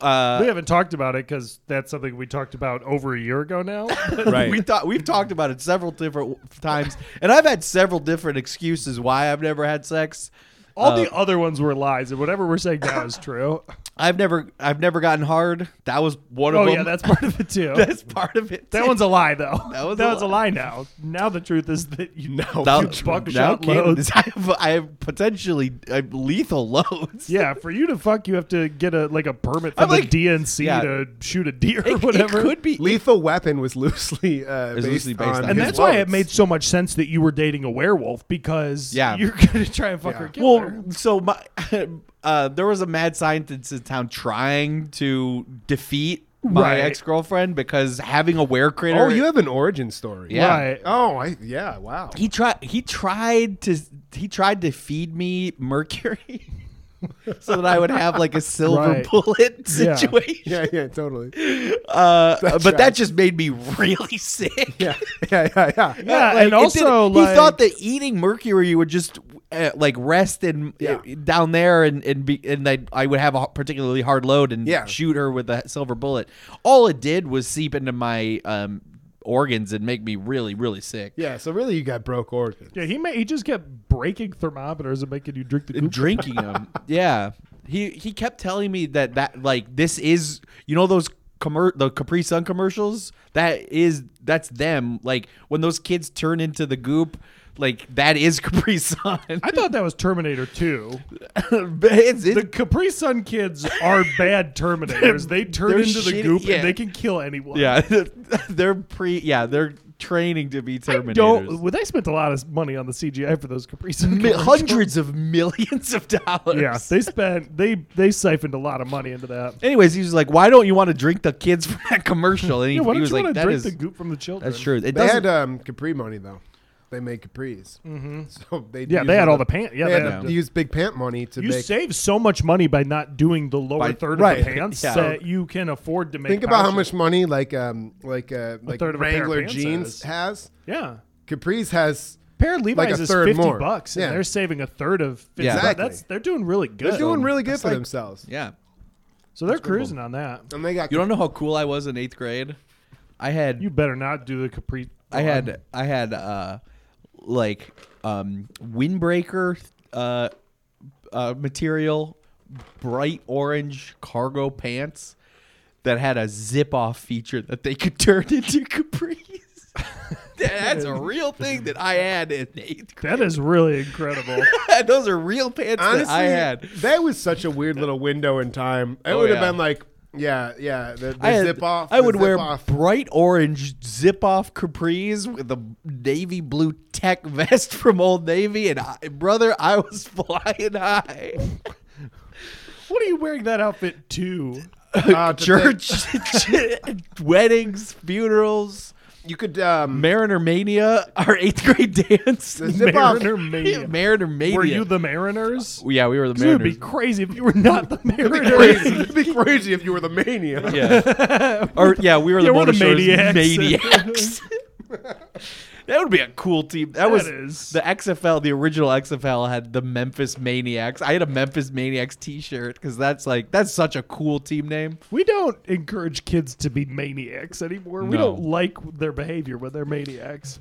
Speaker 1: Uh,
Speaker 4: we haven't talked about it because that's something we talked about over a year ago now.
Speaker 3: Right.
Speaker 1: we thought we've talked about it several different times, and I've had several different excuses why I've never had sex.
Speaker 4: All
Speaker 1: Uh,
Speaker 4: the other ones were lies, and whatever we're saying now is true.
Speaker 1: I've never, I've never gotten hard. That was one of
Speaker 4: Oh
Speaker 1: them.
Speaker 4: yeah, that's part of it too.
Speaker 1: That's part of it.
Speaker 4: that
Speaker 1: too.
Speaker 4: one's a lie though. That
Speaker 1: was
Speaker 4: was,
Speaker 1: a
Speaker 4: a, lie. now. Now the truth is that you
Speaker 3: No.
Speaker 1: Now-
Speaker 4: huge buckshot
Speaker 1: now Candace,
Speaker 4: loads.
Speaker 1: I have, I have potentially uh, lethal loads.
Speaker 4: Yeah, for you to fuck, you have to get a like a permit
Speaker 1: I'm
Speaker 4: from
Speaker 1: like-
Speaker 4: the DNC
Speaker 1: yeah.
Speaker 4: to shoot a deer
Speaker 1: It-
Speaker 4: or whatever.
Speaker 1: It could be.
Speaker 3: Lethal Weapon was loosely
Speaker 1: Is
Speaker 3: uh, based,
Speaker 1: loosely based
Speaker 3: on
Speaker 1: on
Speaker 4: and
Speaker 1: his
Speaker 4: that's why it
Speaker 3: loads.
Speaker 4: made so much sense that you were dating a werewolf because
Speaker 1: Yeah.
Speaker 4: you're gonna try and fuck her. Kill her.
Speaker 1: Well, so my, uh, there was a mad scientist in town trying to defeat my
Speaker 4: Right.
Speaker 1: ex girlfriend because having a were critter.
Speaker 3: Oh, you have an origin story.
Speaker 1: Yeah.
Speaker 4: Right.
Speaker 3: Oh, I, yeah. Wow.
Speaker 1: he tried he tried to he tried to feed me mercury so that I would have like a silver
Speaker 4: Right.
Speaker 1: bullet
Speaker 4: Yeah.
Speaker 1: situation.
Speaker 3: Yeah. Yeah. Totally.
Speaker 1: Uh, but that
Speaker 3: right.
Speaker 1: just made me really sick.
Speaker 3: Yeah. Yeah. Yeah. Yeah.
Speaker 4: Yeah,
Speaker 1: Like,
Speaker 4: and
Speaker 1: it
Speaker 4: also
Speaker 1: didn't-
Speaker 4: like,
Speaker 1: he thought that eating mercury would just uh, like rest and
Speaker 3: Yeah.
Speaker 1: uh, down there and and be and I, I would have a particularly hard load and
Speaker 3: Yeah.
Speaker 1: shoot her with a silver bullet. All it did was seep into my um, organs and make me really really sick.
Speaker 3: Yeah. So really, you got broke organs.
Speaker 4: yeah, he may, he just kept breaking thermometers and making you drink the
Speaker 1: and
Speaker 4: goop.
Speaker 1: drinking them. yeah, he he kept telling me that that like this is you know those commer- the Capri Sun commercials that is that's them like when those kids turn into the goop like that is Capri Sun.
Speaker 4: I thought that was Terminator 2.
Speaker 1: But it's, it's
Speaker 4: The Capri Sun kids are bad Terminators. They turn
Speaker 1: they're
Speaker 4: into the
Speaker 1: shitty-
Speaker 4: goop
Speaker 1: yeah.
Speaker 4: and they can kill anyone.
Speaker 1: yeah, they're pre yeah they're training to be
Speaker 4: I
Speaker 1: Terminators.
Speaker 4: don't. Well, they spent a lot of money on the CGI for those Capri Sun.
Speaker 1: Mi-
Speaker 4: kids.
Speaker 1: hundreds of millions of dollars.
Speaker 4: Yeah, they spent they they siphoned a lot of money into that.
Speaker 1: Anyways, he was like, "Why don't you want to drink the kids from that commercial?" And he,
Speaker 4: Yeah, why don't
Speaker 1: he was
Speaker 4: you
Speaker 1: like,
Speaker 4: want to
Speaker 1: "That
Speaker 4: drink
Speaker 1: is
Speaker 4: the goop from the children?
Speaker 1: that's true." It
Speaker 3: They
Speaker 1: doesn't
Speaker 3: had um, Capri money though. They made Capris. Mm-hmm. So they
Speaker 4: Yeah, they had all the pant. Yeah,
Speaker 3: They
Speaker 4: they
Speaker 3: had
Speaker 4: had-
Speaker 3: to use big pant money to
Speaker 4: you
Speaker 3: make.
Speaker 4: save so much money by not doing the lower
Speaker 1: By-
Speaker 4: third
Speaker 3: right,
Speaker 4: of the pants
Speaker 1: yeah.
Speaker 4: that you can afford to make.
Speaker 3: Think about how
Speaker 4: pouches.
Speaker 3: much money like um like uh like
Speaker 4: third of a pair of
Speaker 3: Wrangler
Speaker 4: pants
Speaker 3: jeans
Speaker 4: is.
Speaker 3: has.
Speaker 4: Yeah,
Speaker 3: Capri's has
Speaker 4: pair of Levi's
Speaker 3: Like a
Speaker 4: is
Speaker 3: third
Speaker 4: fifty
Speaker 3: more.
Speaker 4: bucks, and
Speaker 3: Yeah.
Speaker 4: they're saving a third of. 50
Speaker 1: Yeah.
Speaker 3: Exactly.
Speaker 4: that's they're doing really good.
Speaker 3: They're doing really good for
Speaker 1: like-
Speaker 3: themselves.
Speaker 1: Yeah.
Speaker 4: so they're cruising on that.
Speaker 3: And they got
Speaker 1: You don't know how cool I was in eighth grade. I had
Speaker 4: You better not do the Capri.
Speaker 1: I had I had uh like um windbreaker uh uh material bright orange cargo pants that had a zip off feature that they could turn into capris. That's a real thing that I had in eighth grade.
Speaker 4: That is really incredible.
Speaker 1: Those are real pants
Speaker 3: honestly.
Speaker 1: that I had.
Speaker 3: That was such a weird little window in time. It
Speaker 1: Oh,
Speaker 3: would have
Speaker 1: yeah.
Speaker 3: been like, yeah, yeah. The, the
Speaker 1: I had-
Speaker 3: zip off.
Speaker 1: I
Speaker 3: the
Speaker 1: would
Speaker 3: zip
Speaker 1: wear
Speaker 3: off.
Speaker 1: bright orange zip off capris with a navy blue tech vest from Old Navy, and I, brother, I was flying high.
Speaker 4: what are you wearing that outfit to?
Speaker 3: uh, to think-
Speaker 1: Church, weddings, funerals,
Speaker 3: You could um,
Speaker 1: Mariner Mania, our eighth grade dance,
Speaker 3: the zip off.
Speaker 4: Mariner Mania.
Speaker 1: Mariner Mania.
Speaker 4: Were you the Mariners?
Speaker 1: Yeah, we were the
Speaker 4: 'Cause It would
Speaker 1: Mariners.
Speaker 4: be crazy if you were not the Mariners.
Speaker 3: Crazy. It'd be crazy if you were the mania.
Speaker 1: Yeah. or yeah, we were
Speaker 4: Yeah,
Speaker 1: the,
Speaker 4: we're the
Speaker 1: Mona Shores
Speaker 4: Maniacs.
Speaker 1: maniacs. that would be a cool team. That,
Speaker 4: That
Speaker 1: was
Speaker 4: is.
Speaker 1: the XFL. The original XFL had the Memphis Maniacs. I had a Memphis Maniacs T-shirt because that's like that's such a cool team name.
Speaker 4: we don't encourage kids to be maniacs anymore. We
Speaker 1: No.
Speaker 4: don't like their behavior when they're maniacs.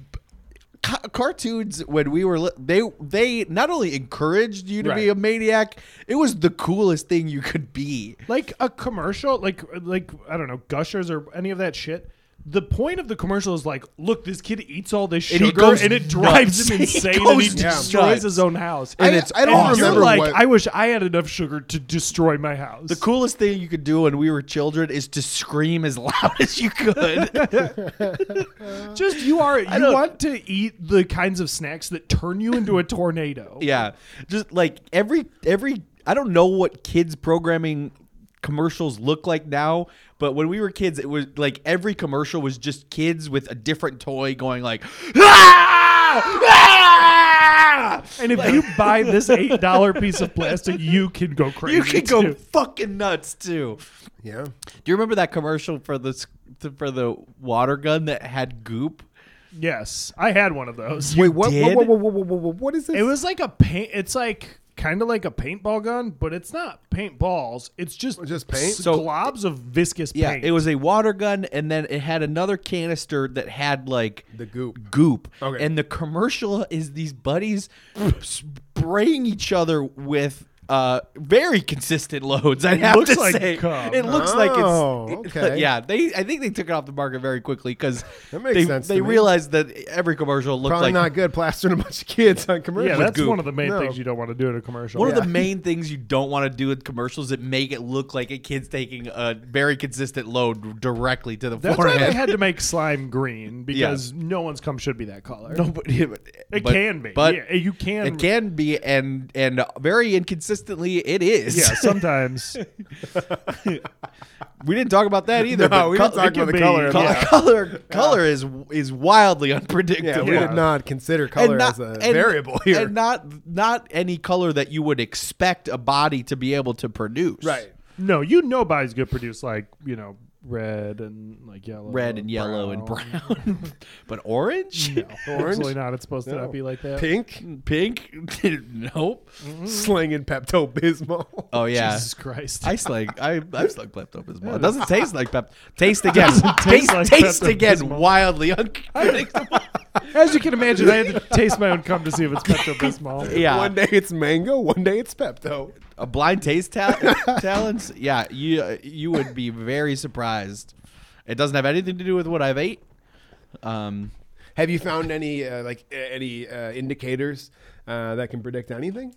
Speaker 1: Ca- cartoons when we were li- they they not only encouraged you to be a
Speaker 3: Right.
Speaker 1: maniac, it was the coolest thing you could be.
Speaker 4: like a commercial like like i don't know gushers or any of that shit the point of the commercial is like look this kid eats all this
Speaker 1: And
Speaker 4: sugar
Speaker 1: he
Speaker 4: and,
Speaker 1: goes
Speaker 4: it
Speaker 1: nuts.
Speaker 4: drives him
Speaker 1: He
Speaker 4: insane and
Speaker 1: goes
Speaker 4: he
Speaker 1: Yeah.
Speaker 4: destroys
Speaker 1: nuts.
Speaker 4: his own house
Speaker 3: And it's I
Speaker 4: And
Speaker 3: don't
Speaker 4: you're
Speaker 3: remember
Speaker 4: like
Speaker 3: what
Speaker 4: i wish i had enough sugar to destroy my house
Speaker 1: The coolest thing you could do when we were children is to scream as loud as you could.
Speaker 4: just you are you
Speaker 1: don't-
Speaker 4: want to eat the kinds of snacks that turn you into a tornado
Speaker 1: Yeah. Just like every every I don't know what kids programming commercials look like now, but when we were kids it was like every commercial was just kids with a different toy going like "Ah! Ah!"
Speaker 4: and if you buy this eight dollar piece of plastic you can go crazy
Speaker 1: You could go
Speaker 4: too.
Speaker 1: fucking nuts too.
Speaker 3: Yeah.
Speaker 1: Do you remember that commercial for the s- for the water gun that had goop?
Speaker 4: yes i had one of those
Speaker 3: Wait, what?
Speaker 1: did?
Speaker 3: What, what, what, what, what, what is this?
Speaker 4: It was like a paint. It's like kind of like a paintball gun, but it's not paintballs. It's just
Speaker 3: Just paint?
Speaker 4: s-
Speaker 1: So-
Speaker 4: globs of viscous
Speaker 1: Yeah,
Speaker 4: paint.
Speaker 1: it was a water gun, and then it had another canister that had like
Speaker 3: The goop.
Speaker 1: goop.
Speaker 3: Okay.
Speaker 1: And the commercial is these buddies spraying each other with uh, very consistent loads. I have
Speaker 4: looks
Speaker 1: to
Speaker 4: like
Speaker 1: say,
Speaker 4: cum.
Speaker 1: it looks like
Speaker 3: Oh,
Speaker 1: it's
Speaker 3: okay.
Speaker 1: yeah. They, I think they took it off the market very quickly because
Speaker 3: That makes
Speaker 1: they
Speaker 3: sense to
Speaker 1: they
Speaker 3: me.
Speaker 1: realized that every commercial looked
Speaker 3: Probably
Speaker 1: like
Speaker 3: not good plastering a bunch of kids on commercial.
Speaker 4: yeah, that's
Speaker 1: goop.
Speaker 4: one of the main
Speaker 3: No.
Speaker 4: things you don't want to do in a commercial.
Speaker 1: One of
Speaker 3: Yeah.
Speaker 1: the main things you don't want to do with commercials that make it look like a kid's taking a very consistent load directly to the
Speaker 4: That's why
Speaker 1: forehead.
Speaker 4: they had to make slime green because no one's cum should be that color.
Speaker 1: No, but, yeah, but-
Speaker 4: It
Speaker 1: but-
Speaker 4: can be.
Speaker 1: But
Speaker 4: Yeah, you can-
Speaker 1: It can be, and and very inconsistently it is.
Speaker 4: Yeah, sometimes
Speaker 1: we didn't talk about that either.
Speaker 3: No,
Speaker 1: but
Speaker 3: we didn't talk
Speaker 1: it can
Speaker 3: about the
Speaker 1: be-
Speaker 3: color,
Speaker 1: Color,
Speaker 3: yeah.
Speaker 1: color, color is is wildly unpredictable.
Speaker 3: Yeah, we
Speaker 4: Yeah.
Speaker 3: did not consider color as a
Speaker 1: and-
Speaker 3: variable here.
Speaker 1: and not not any color that you would expect a body to be able to produce.
Speaker 3: right.
Speaker 4: no, you know, bodies get produced like you know red and like yellow,
Speaker 1: red and yellow and brown, but orange,
Speaker 4: No, absolutely not. It's supposed to
Speaker 3: No.
Speaker 4: not be like that.
Speaker 3: Pink,
Speaker 1: pink, nope.
Speaker 3: slinging Pepto Bismol.
Speaker 1: Oh yeah,
Speaker 4: Jesus Christ!
Speaker 1: I slug. I I slug Pepto Bismol. It doesn't taste like Pep. Taste again. taste
Speaker 4: taste like
Speaker 1: taste
Speaker 4: Pepto
Speaker 1: again.
Speaker 4: Bismol.
Speaker 1: Wildly unpredictable.
Speaker 4: As you can imagine, I had to taste my own cum to see if it's Pepto Bismol.
Speaker 1: yeah.
Speaker 3: One day it's mango, one day it's Pepto.
Speaker 1: a blind taste ta- talents. Yeah, you you would be very surprised. It doesn't have anything to do with what I've ate. Um,
Speaker 3: Have you found any uh, like uh, any uh, indicators uh, that can predict anything?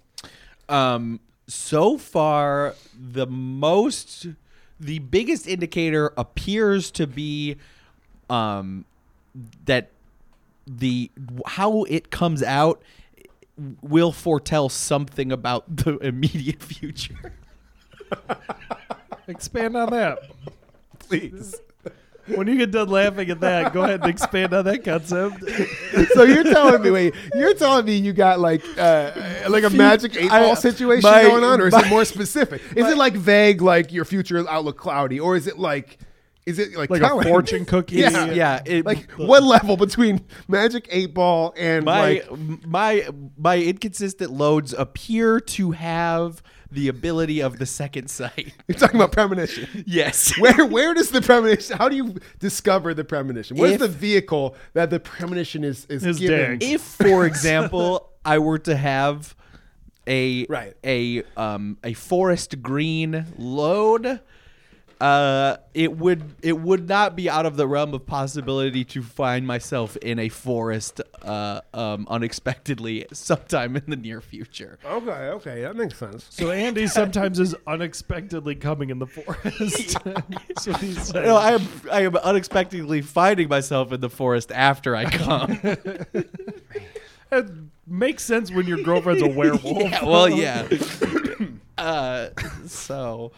Speaker 1: um, so far the most, the biggest indicator appears to be, um, that the how it comes out will foretell something about the immediate future.
Speaker 4: Expand on that.
Speaker 3: Please.
Speaker 4: When you get done laughing at that, go ahead and expand on that concept.
Speaker 3: so you're telling me, wait, you're telling me you got like uh, like a magic eight ball
Speaker 1: I-
Speaker 3: situation
Speaker 1: my-
Speaker 3: going on, or is
Speaker 1: my-
Speaker 3: it more specific? Is it like vague, like your future outlook cloudy, or is it like Is it like,
Speaker 4: Like a
Speaker 3: Cohen?
Speaker 4: fortune cookie?
Speaker 3: Yeah.
Speaker 1: yeah, it,
Speaker 3: Like what level between Magic Eight Ball and
Speaker 1: my
Speaker 3: like
Speaker 1: my my inconsistent loads appear to have the ability of the second sight.
Speaker 3: you're talking about premonition?
Speaker 1: Yes.
Speaker 3: Where where does the premonition? How do you discover the premonition? What is
Speaker 1: If-
Speaker 3: the vehicle that the premonition is is
Speaker 4: His
Speaker 3: given?
Speaker 4: dick.
Speaker 1: if for example i were to have a
Speaker 3: Right.
Speaker 1: a um a forest green load uh it would it would not be out of the realm of possibility to find myself in a forest uh um unexpectedly sometime in the near future
Speaker 3: Okay, okay, that makes sense.
Speaker 4: So Andy sometimes is unexpectedly coming in the forest. That's what he's saying.
Speaker 1: no, I am I am unexpectedly finding myself in the forest after I come.
Speaker 4: it makes sense when your girlfriend's a werewolf.
Speaker 1: Yeah, well, yeah. uh, so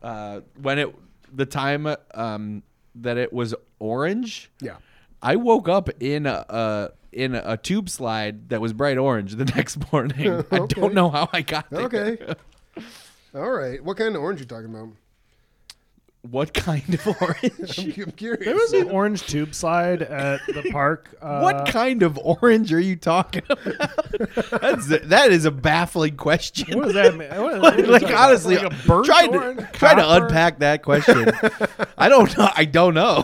Speaker 1: uh, when it the time um, that it was orange,
Speaker 3: Yeah.
Speaker 1: I woke up in a, a in a tube slide that was bright orange the next morning. I
Speaker 3: Okay.
Speaker 1: don't know how I got there.
Speaker 3: Okay. All right. What kind of orange are you talking about?
Speaker 1: What kind of orange?
Speaker 3: I'm, I'm curious.
Speaker 4: There was an orange tube slide at the park. Uh,
Speaker 1: what kind of orange are you talking about? That's that is a baffling question.
Speaker 4: What does that mean? What- what are you
Speaker 1: like
Speaker 4: talking about?
Speaker 1: honestly,
Speaker 4: Like a burnt
Speaker 1: try
Speaker 4: orange?
Speaker 1: to try to
Speaker 4: Copper?
Speaker 1: unpack that question. I don't know. I don't know.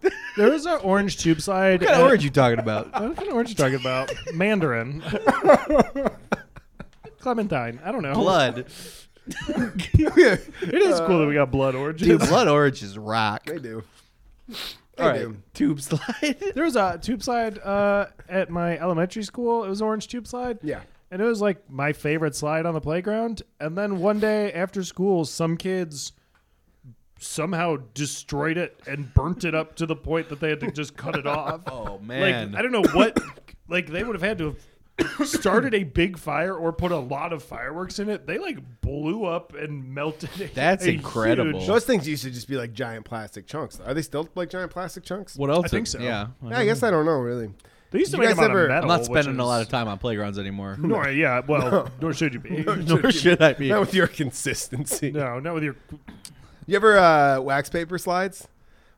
Speaker 1: what
Speaker 4: There was an orange tube slide.
Speaker 1: kind of
Speaker 4: at-
Speaker 1: orange you talking about?
Speaker 4: What kind of orange you talking about? Mandarin. Clementine. I don't know.
Speaker 1: Blood,
Speaker 3: yeah,
Speaker 4: It is cool that we got blood oranges.
Speaker 1: dude. Blood orange is rock.
Speaker 3: they do.
Speaker 1: All right,
Speaker 3: do.
Speaker 1: tube slide.
Speaker 4: There was a tube slide uh, at my elementary school. It was orange tube slide.
Speaker 3: Yeah.
Speaker 4: And it was like my favorite slide on the playground. And then one day after school, some kids somehow destroyed it and burnt it up to the point that they had to just cut it off.
Speaker 1: Oh
Speaker 4: like
Speaker 1: man,
Speaker 4: I don't know what like they would have had to have started a big fire or put a lot of fireworks in it. They like blew up and melted it.
Speaker 1: That's
Speaker 4: a
Speaker 1: incredible.
Speaker 4: huge-
Speaker 3: Those things used to just be like giant plastic chunks. Are they still like giant plastic chunks?
Speaker 1: what else?
Speaker 4: I think
Speaker 1: is-
Speaker 4: so.
Speaker 1: Yeah,
Speaker 3: Yeah, I guess I don't know really.
Speaker 4: they used to
Speaker 3: You
Speaker 4: make
Speaker 3: guys
Speaker 4: them out
Speaker 3: ever-
Speaker 4: of metal.
Speaker 1: I'm not
Speaker 4: which
Speaker 1: spending a
Speaker 4: is-
Speaker 1: lot of time on playgrounds anymore.
Speaker 4: Nor yeah, well, nor should you be.
Speaker 1: Nor should I be.
Speaker 3: Not with your consistency.
Speaker 4: No, not with your
Speaker 3: You ever uh, wax paper slides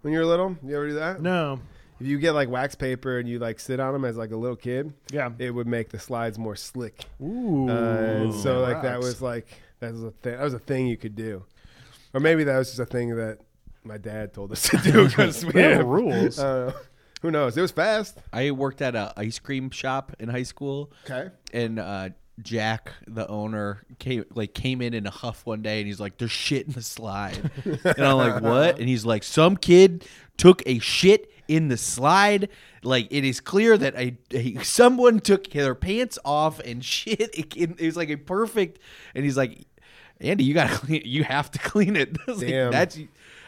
Speaker 3: when you were little? You ever do that?
Speaker 4: no.
Speaker 3: If you get like wax paper and you like sit on them as like a little kid,
Speaker 4: Yeah.
Speaker 3: it would make the slides more slick.
Speaker 4: Ooh.
Speaker 3: Uh, and so like that
Speaker 4: rocks.
Speaker 3: was like that was a thing. That was a thing you could do, or maybe that was just a thing that my dad told us to do because we
Speaker 4: They have
Speaker 3: had-
Speaker 4: rules.
Speaker 3: Uh, who knows? It was fast.
Speaker 1: I worked at a ice cream shop in high school.
Speaker 3: Okay.
Speaker 1: And uh, Jack, the owner, came like came in in a huff one day, and he's like, "There's shit in the slide," and I'm like, "What?" And he's like, "Some kid took a shit." In the slide, like it is clear that a, a someone took their pants off and shit. It, it, was like a perfect, and he's like, "Andy, you gotta clean. You have to clean it." It's like,
Speaker 3: Damn.
Speaker 1: that's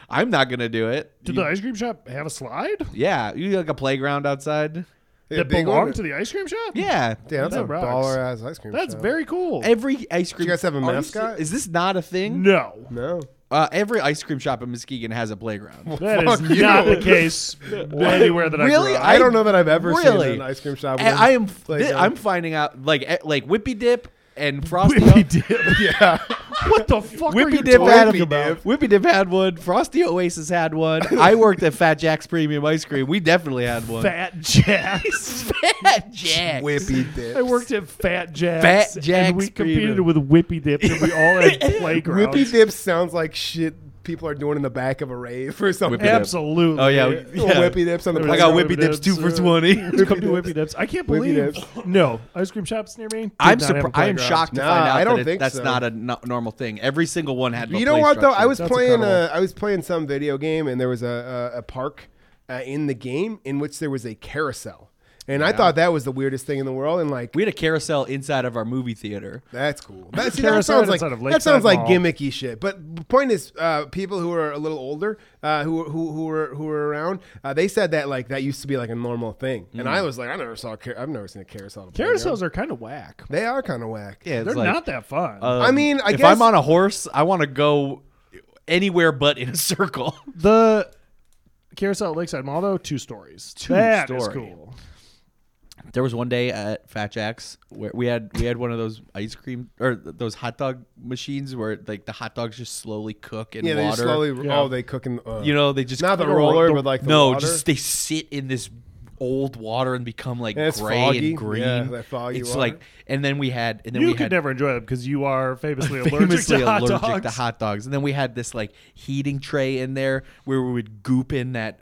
Speaker 1: I'm not gonna do it.
Speaker 4: Did
Speaker 1: You-
Speaker 4: the ice cream shop have a slide
Speaker 1: yeah, you like a playground outside.
Speaker 3: They
Speaker 4: that
Speaker 3: had big
Speaker 4: belonged
Speaker 3: ones.
Speaker 4: to the ice cream shop?
Speaker 1: Yeah,
Speaker 3: Damn, that's
Speaker 4: That
Speaker 3: a
Speaker 4: rocks.
Speaker 3: baller ass ice cream.
Speaker 4: That's
Speaker 3: shop.
Speaker 4: very cool.
Speaker 1: Every ice cream.
Speaker 3: guys have a
Speaker 1: Are you
Speaker 3: mascot?
Speaker 1: se- Is this not a thing?
Speaker 4: no.
Speaker 3: no.
Speaker 1: Uh, every ice cream shop in Muskegon has a playground.
Speaker 4: That is
Speaker 3: Fuck you.
Speaker 4: not the case anywhere that
Speaker 1: Really?
Speaker 4: I
Speaker 3: I, don't know that I've ever
Speaker 1: Really?
Speaker 3: seen an ice cream shop.
Speaker 1: I,
Speaker 3: with a
Speaker 1: I am.
Speaker 3: playground.
Speaker 1: I'm finding out like eh, like Whippy Dip and Frosty.
Speaker 4: grew up. Whippy dip.
Speaker 3: yeah.
Speaker 4: What the fuck are you
Speaker 1: Whippy Dip
Speaker 4: talking
Speaker 1: had a,
Speaker 4: about?
Speaker 1: Whippy Dip had one. Frosty Oasis had one. I worked at Fat Jack's Premium Ice Cream. We definitely had one.
Speaker 4: Fat Jacks.
Speaker 1: Fat Jack.
Speaker 3: Whippy dips.
Speaker 4: I worked at Fat Jacks.
Speaker 1: Fat
Speaker 4: And
Speaker 1: Jack's
Speaker 4: we competed
Speaker 1: Premium.
Speaker 4: with Whippy Dip, and we all had playgrounds.
Speaker 3: Whippy dips sounds like shit people are doing in the back of a rave or something.
Speaker 1: Whippy dip.
Speaker 4: Absolutely.
Speaker 1: Oh yeah,
Speaker 4: Come
Speaker 1: yeah.
Speaker 3: Little Whippy dips on the
Speaker 4: I
Speaker 1: I
Speaker 3: playground.
Speaker 1: got
Speaker 4: Whippy
Speaker 1: Whippy Dips
Speaker 4: Dips,
Speaker 1: two for
Speaker 4: uh,
Speaker 1: twenty.
Speaker 4: to Whippy Dips. I can't
Speaker 3: Whippy
Speaker 4: believe.
Speaker 3: Dips.
Speaker 4: No ice cream shops near me. did
Speaker 1: I'm
Speaker 4: not have a
Speaker 1: surprised. I am
Speaker 4: playground.
Speaker 1: shocked to
Speaker 3: Nah,
Speaker 1: find out
Speaker 3: I don't
Speaker 1: that it-
Speaker 3: think
Speaker 1: that's
Speaker 3: so.
Speaker 1: not a no- normal thing. Every single one had. a
Speaker 3: You know
Speaker 1: play
Speaker 3: what though?
Speaker 1: structure.
Speaker 3: I was
Speaker 4: That's
Speaker 3: playing. Uh,
Speaker 4: incredible.
Speaker 3: I was playing some video game, and there was a a, a park uh, in the game in which there was a carousel, and I thought that was the weirdest thing in the world. And like,
Speaker 1: We had a carousel inside of our movie theater.
Speaker 3: that's cool. That, see, that
Speaker 4: Carousel
Speaker 3: sounds like
Speaker 4: inside of
Speaker 3: that sounds
Speaker 4: Lakeside
Speaker 3: like
Speaker 4: Mall.
Speaker 3: gimmicky shit. But the point is, uh, people who are a little older, uh, who who who were who were around, uh, they said that like that used to be like a normal thing, and
Speaker 1: Mm.
Speaker 3: I was like, I never saw. A car- I've never seen a carousel. at a playground.
Speaker 4: Carousels are kind of whack.
Speaker 3: They are kind of whack.
Speaker 1: Yeah, it's
Speaker 4: They're
Speaker 1: like, uh,
Speaker 4: not that fun.
Speaker 3: I mean, I
Speaker 1: Um, if
Speaker 3: guess
Speaker 1: I'm on a horse, I want to go anywhere but in a circle.
Speaker 4: the carousel at Lakeside Mall, though, two stories. That is
Speaker 1: story.
Speaker 4: cool.
Speaker 1: There was one day at Fat Jack's where we had we had one of those ice cream or those hot dog machines where like the hot dogs just slowly cook in
Speaker 3: Yeah, they
Speaker 1: water.
Speaker 3: just slowly.
Speaker 4: Yeah.
Speaker 3: Oh, they cook in. Uh,
Speaker 1: you know, they just
Speaker 3: not the
Speaker 1: cook-
Speaker 3: roller, but like the
Speaker 1: no,
Speaker 3: water.
Speaker 1: just they sit in this old water and become like
Speaker 3: And it's
Speaker 1: gray
Speaker 3: foggy.
Speaker 1: and green.
Speaker 3: Yeah, that foggy
Speaker 1: it's
Speaker 3: water.
Speaker 1: like, and then we had, and then
Speaker 4: you
Speaker 1: we
Speaker 4: could
Speaker 1: had
Speaker 4: never enjoy them because you are famously, allergic
Speaker 1: famously
Speaker 4: to hot
Speaker 1: allergic
Speaker 4: dogs.
Speaker 1: to hot dogs. And then we had this like heating tray in there where we would goop in that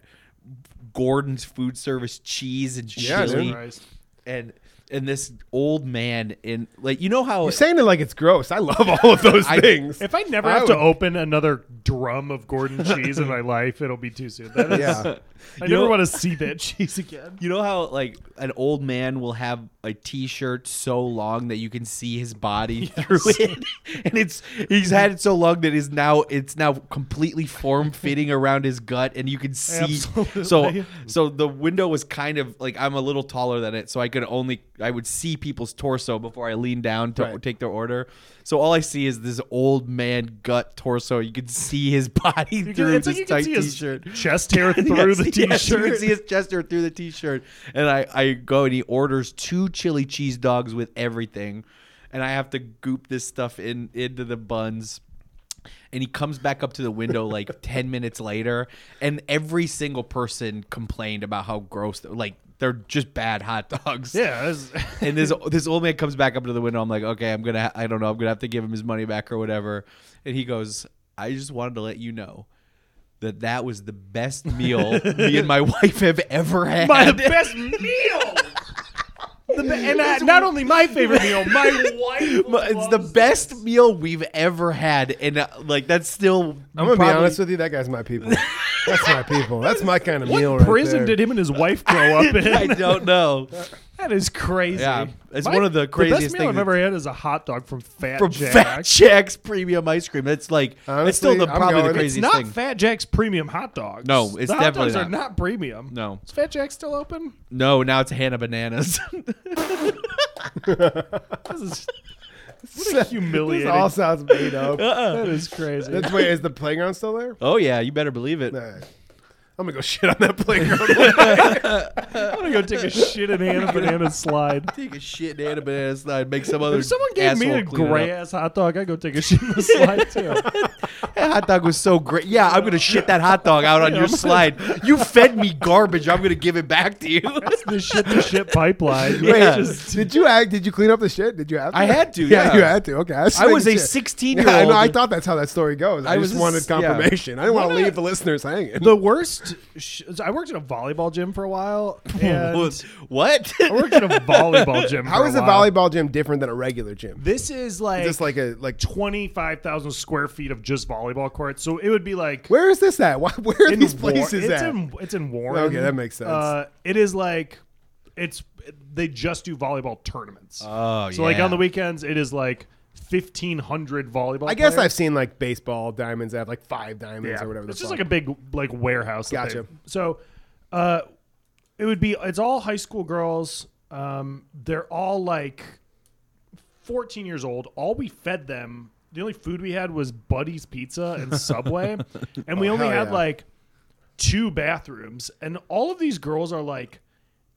Speaker 1: Gordon's food service cheese and
Speaker 3: Yeah, dude.
Speaker 1: chili,
Speaker 4: Christ.
Speaker 1: and and this old man in like you know how
Speaker 3: You're saying it like it's gross. I love all of those
Speaker 1: I-
Speaker 3: things.
Speaker 4: If I never
Speaker 3: I
Speaker 4: have to
Speaker 3: would-
Speaker 4: open another drum of Gordon cheese in my life, it'll be too soon. That is,
Speaker 3: Yeah.
Speaker 4: I
Speaker 1: You
Speaker 4: never
Speaker 1: know-
Speaker 4: want to see that cheese again.
Speaker 1: you know how like an old man will have a t-shirt so long that you can see his body through it and it's he's had it so long that is now it's now completely form fitting around his gut and you can see so
Speaker 4: Absolutely.
Speaker 1: so the window was kind of like I'm a little taller than it so I could only I would see people's torso before I leaned down to
Speaker 3: Right.
Speaker 1: take their order so all I see is this old man gut torso you can see his body
Speaker 4: You can,
Speaker 1: through
Speaker 4: it's
Speaker 1: this
Speaker 4: like you can
Speaker 1: tight
Speaker 4: see his
Speaker 1: t-shirt
Speaker 4: chest hair through
Speaker 1: Yes,
Speaker 4: the
Speaker 1: yes, you
Speaker 4: t-shirt.
Speaker 1: can see his chest hair through the t-shirt. And I, I go and he orders two chili cheese dogs with everything, and I have to goop this stuff in into the buns. And he comes back up to the window like ten minutes later, and every single person complained about how gross, like they're just bad hot dogs.
Speaker 4: yeah, it was-
Speaker 1: And this this old man comes back up to the window. I'm like, okay, I'm gonna, I don't know, I'm gonna have to give him his money back or whatever. And he goes, I just wanted to let you know that that was the best meal me and my wife have ever had.
Speaker 4: my best meal. The be- and I, not only my favorite meal, my wife.
Speaker 1: My- it's the
Speaker 4: loves
Speaker 1: best meal we've ever had, and uh, like that's still.
Speaker 3: I'm gonna be honest with you. That guy's my people. That's my people. That's my kind of
Speaker 4: What
Speaker 3: meal. Right
Speaker 4: prison
Speaker 3: there.
Speaker 4: did him and his wife grow up in?
Speaker 1: I don't know.
Speaker 4: that is crazy.
Speaker 1: Yeah, it's one of the
Speaker 4: The
Speaker 1: craziest
Speaker 4: best meal
Speaker 1: things
Speaker 4: I've ever had is a hot dog from Fat
Speaker 1: From
Speaker 4: Jack.
Speaker 1: Fat Jack's premium ice cream, it's like it's still
Speaker 3: Honestly,
Speaker 1: the,
Speaker 3: I'm
Speaker 1: probably the
Speaker 3: going- It's
Speaker 1: craziest
Speaker 4: it's not
Speaker 1: thing.
Speaker 4: Fat Jack's premium hot dogs.
Speaker 1: No, it's
Speaker 4: the hot
Speaker 1: definitely
Speaker 4: dogs
Speaker 1: not.
Speaker 4: are not premium.
Speaker 1: No.
Speaker 4: is Fat Jack still open?
Speaker 1: no, now it's Hannah Bananas.
Speaker 4: This is what a
Speaker 3: This
Speaker 4: humiliating. Uh-uh.
Speaker 3: all sounds made up.
Speaker 4: That is crazy.
Speaker 3: That's wait. Is the playground still there?
Speaker 1: oh yeah, you better believe it.
Speaker 3: All right. I'm gonna go shit on that playground.
Speaker 4: I'm gonna go take a shit in Hannah Banana slide.
Speaker 1: Take a shit in Hannah Bananas and make some other.
Speaker 4: If someone gave me
Speaker 1: asshole
Speaker 4: a
Speaker 1: clean it up.
Speaker 4: gray ass hot dog, I'd go take a shit in the slide too.
Speaker 1: That hot dog was so great. Yeah, I'm gonna shit that hot dog out on
Speaker 4: Yeah,
Speaker 1: your
Speaker 4: I'm gonna-
Speaker 1: slide. You fed me garbage. I'm gonna give it back to you.
Speaker 4: the shit to shit pipeline.
Speaker 1: Wait,
Speaker 4: Yeah.
Speaker 1: just-
Speaker 3: did you act? Did you clean up the shit? Did you have? To?
Speaker 1: I had to, yeah.
Speaker 3: you had to. Okay. I,
Speaker 1: I was
Speaker 3: making
Speaker 1: a
Speaker 3: sure.
Speaker 1: 16 year
Speaker 3: Yeah, I
Speaker 1: old.
Speaker 3: know. I thought that's how that story goes. I,
Speaker 1: I
Speaker 3: just
Speaker 1: was a
Speaker 3: wanted
Speaker 1: s- yeah.
Speaker 3: confirmation. I didn't want to
Speaker 4: One of-
Speaker 3: leave the listeners hanging.
Speaker 4: the worst. Sh- I worked at a volleyball gym for a while, and
Speaker 1: what?
Speaker 4: I worked at a volleyball gym.
Speaker 3: How
Speaker 4: for
Speaker 3: is
Speaker 4: a
Speaker 3: a
Speaker 4: while.
Speaker 3: volleyball gym different than a regular gym?
Speaker 4: This is like
Speaker 3: Just like a like. Tw-
Speaker 4: twenty-five thousand square feet of just volleyball courts. So it would be like
Speaker 3: where is this at? Why, where are
Speaker 4: in
Speaker 3: these
Speaker 4: War-
Speaker 3: places
Speaker 4: it's
Speaker 3: at?
Speaker 4: In, it's in Warren.
Speaker 3: Okay, that makes sense.
Speaker 4: Uh, it is like it's they just do volleyball tournaments.
Speaker 1: Oh,
Speaker 4: so like
Speaker 1: yeah.
Speaker 4: on the weekends, it is like fifteen hundred volleyball.
Speaker 3: I guess
Speaker 4: players.
Speaker 3: I've seen like baseball diamonds that have like five diamonds or whatever.
Speaker 4: It's
Speaker 3: the
Speaker 4: just like
Speaker 3: fuck.
Speaker 4: a big like warehouse. that
Speaker 3: Gotcha.
Speaker 4: they- So, uh, it would be it's all high school girls. Um, they're all like fourteen years old. All we fed them, the only food we had was Buddy's Pizza and Subway, and we only
Speaker 3: Oh, hell
Speaker 4: had
Speaker 3: yeah.
Speaker 4: like two bathrooms. And all of these girls are like.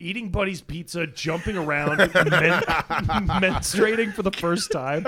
Speaker 4: Eating Buddy's pizza, jumping around, men- menstruating for the first time,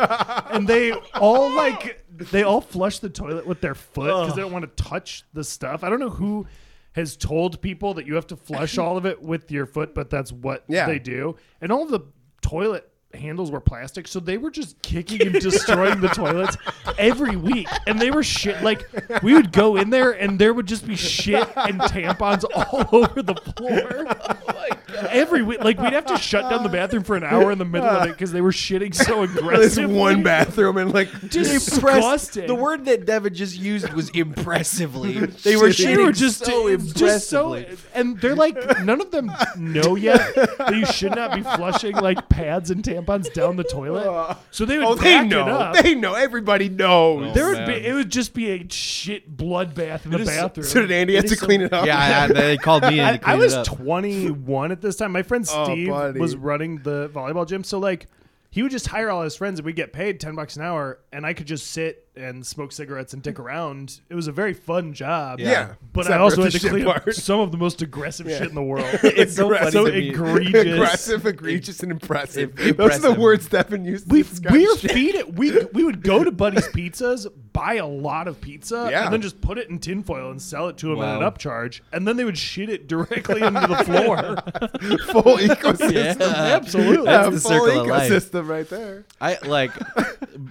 Speaker 4: and they all like they all flush the toilet with their foot because they don't want to touch the stuff. I don't know who has told people that you have to flush all of it with your foot, but that's what
Speaker 3: Yeah.
Speaker 4: they do. And all the toilet handles were plastic, so they were just kicking and destroying the toilets every week. And they were shit like we would go in there and there would just be shit and tampons all over the floor.
Speaker 3: Oh
Speaker 4: Every week, like we'd have to shut down the bathroom for an hour in the middle of it because they were shitting so
Speaker 3: this
Speaker 4: aggressively.
Speaker 3: one bathroom and like
Speaker 4: disgusting.
Speaker 1: The word that Devin just used was impressively. They were
Speaker 4: They
Speaker 1: shitting
Speaker 4: were just
Speaker 1: so
Speaker 4: it's just so-
Speaker 1: impressively.
Speaker 4: and they're like, none of them know yet that you should not be flushing like pads and tampons down the toilet. So they would
Speaker 3: oh, they
Speaker 4: back it
Speaker 3: know.
Speaker 4: up.
Speaker 3: They know. Everybody knows.
Speaker 4: there would
Speaker 1: Oh, man.
Speaker 4: be it would just be a shit bloodbath in the bathroom.
Speaker 3: So did Andy have to clean it up?
Speaker 1: yeah, I- I- they called me in
Speaker 4: I,
Speaker 1: to
Speaker 4: I
Speaker 1: clean
Speaker 4: was
Speaker 1: it up.
Speaker 4: 21 at this time. My friend
Speaker 3: Oh,
Speaker 4: Steve
Speaker 3: buddy.
Speaker 4: was running the volleyball gym, so like he would just hire all his friends, and we'd get paid 10 bucks an hour, and I could just sit and smoke cigarettes and dick around. It was a very fun job.
Speaker 3: Yeah.
Speaker 4: But
Speaker 3: Except
Speaker 4: I
Speaker 3: for
Speaker 4: also
Speaker 3: the
Speaker 4: had to
Speaker 3: shit
Speaker 4: clean up
Speaker 3: part.
Speaker 4: some of the most aggressive shit in the world.
Speaker 1: It's so funny
Speaker 4: so
Speaker 1: to me.
Speaker 4: egregious.
Speaker 3: Aggressive, egregious, and impressive.
Speaker 1: Im-
Speaker 3: Those are the
Speaker 1: impressive.
Speaker 3: words Stefan used. to
Speaker 4: We
Speaker 3: describe
Speaker 4: we were
Speaker 3: shit.
Speaker 4: feeding we we would go to Buddy's Pizzas, buy a lot of pizza,
Speaker 3: Yeah.
Speaker 4: and then just put it in tinfoil and sell it to them at an
Speaker 1: Wow.
Speaker 4: upcharge, and then they would shit it directly into the floor.
Speaker 3: full ecosystem.
Speaker 4: Absolutely.
Speaker 1: That's
Speaker 3: A
Speaker 1: the
Speaker 3: full
Speaker 1: circle of life.
Speaker 3: ecosystem right there.
Speaker 1: I like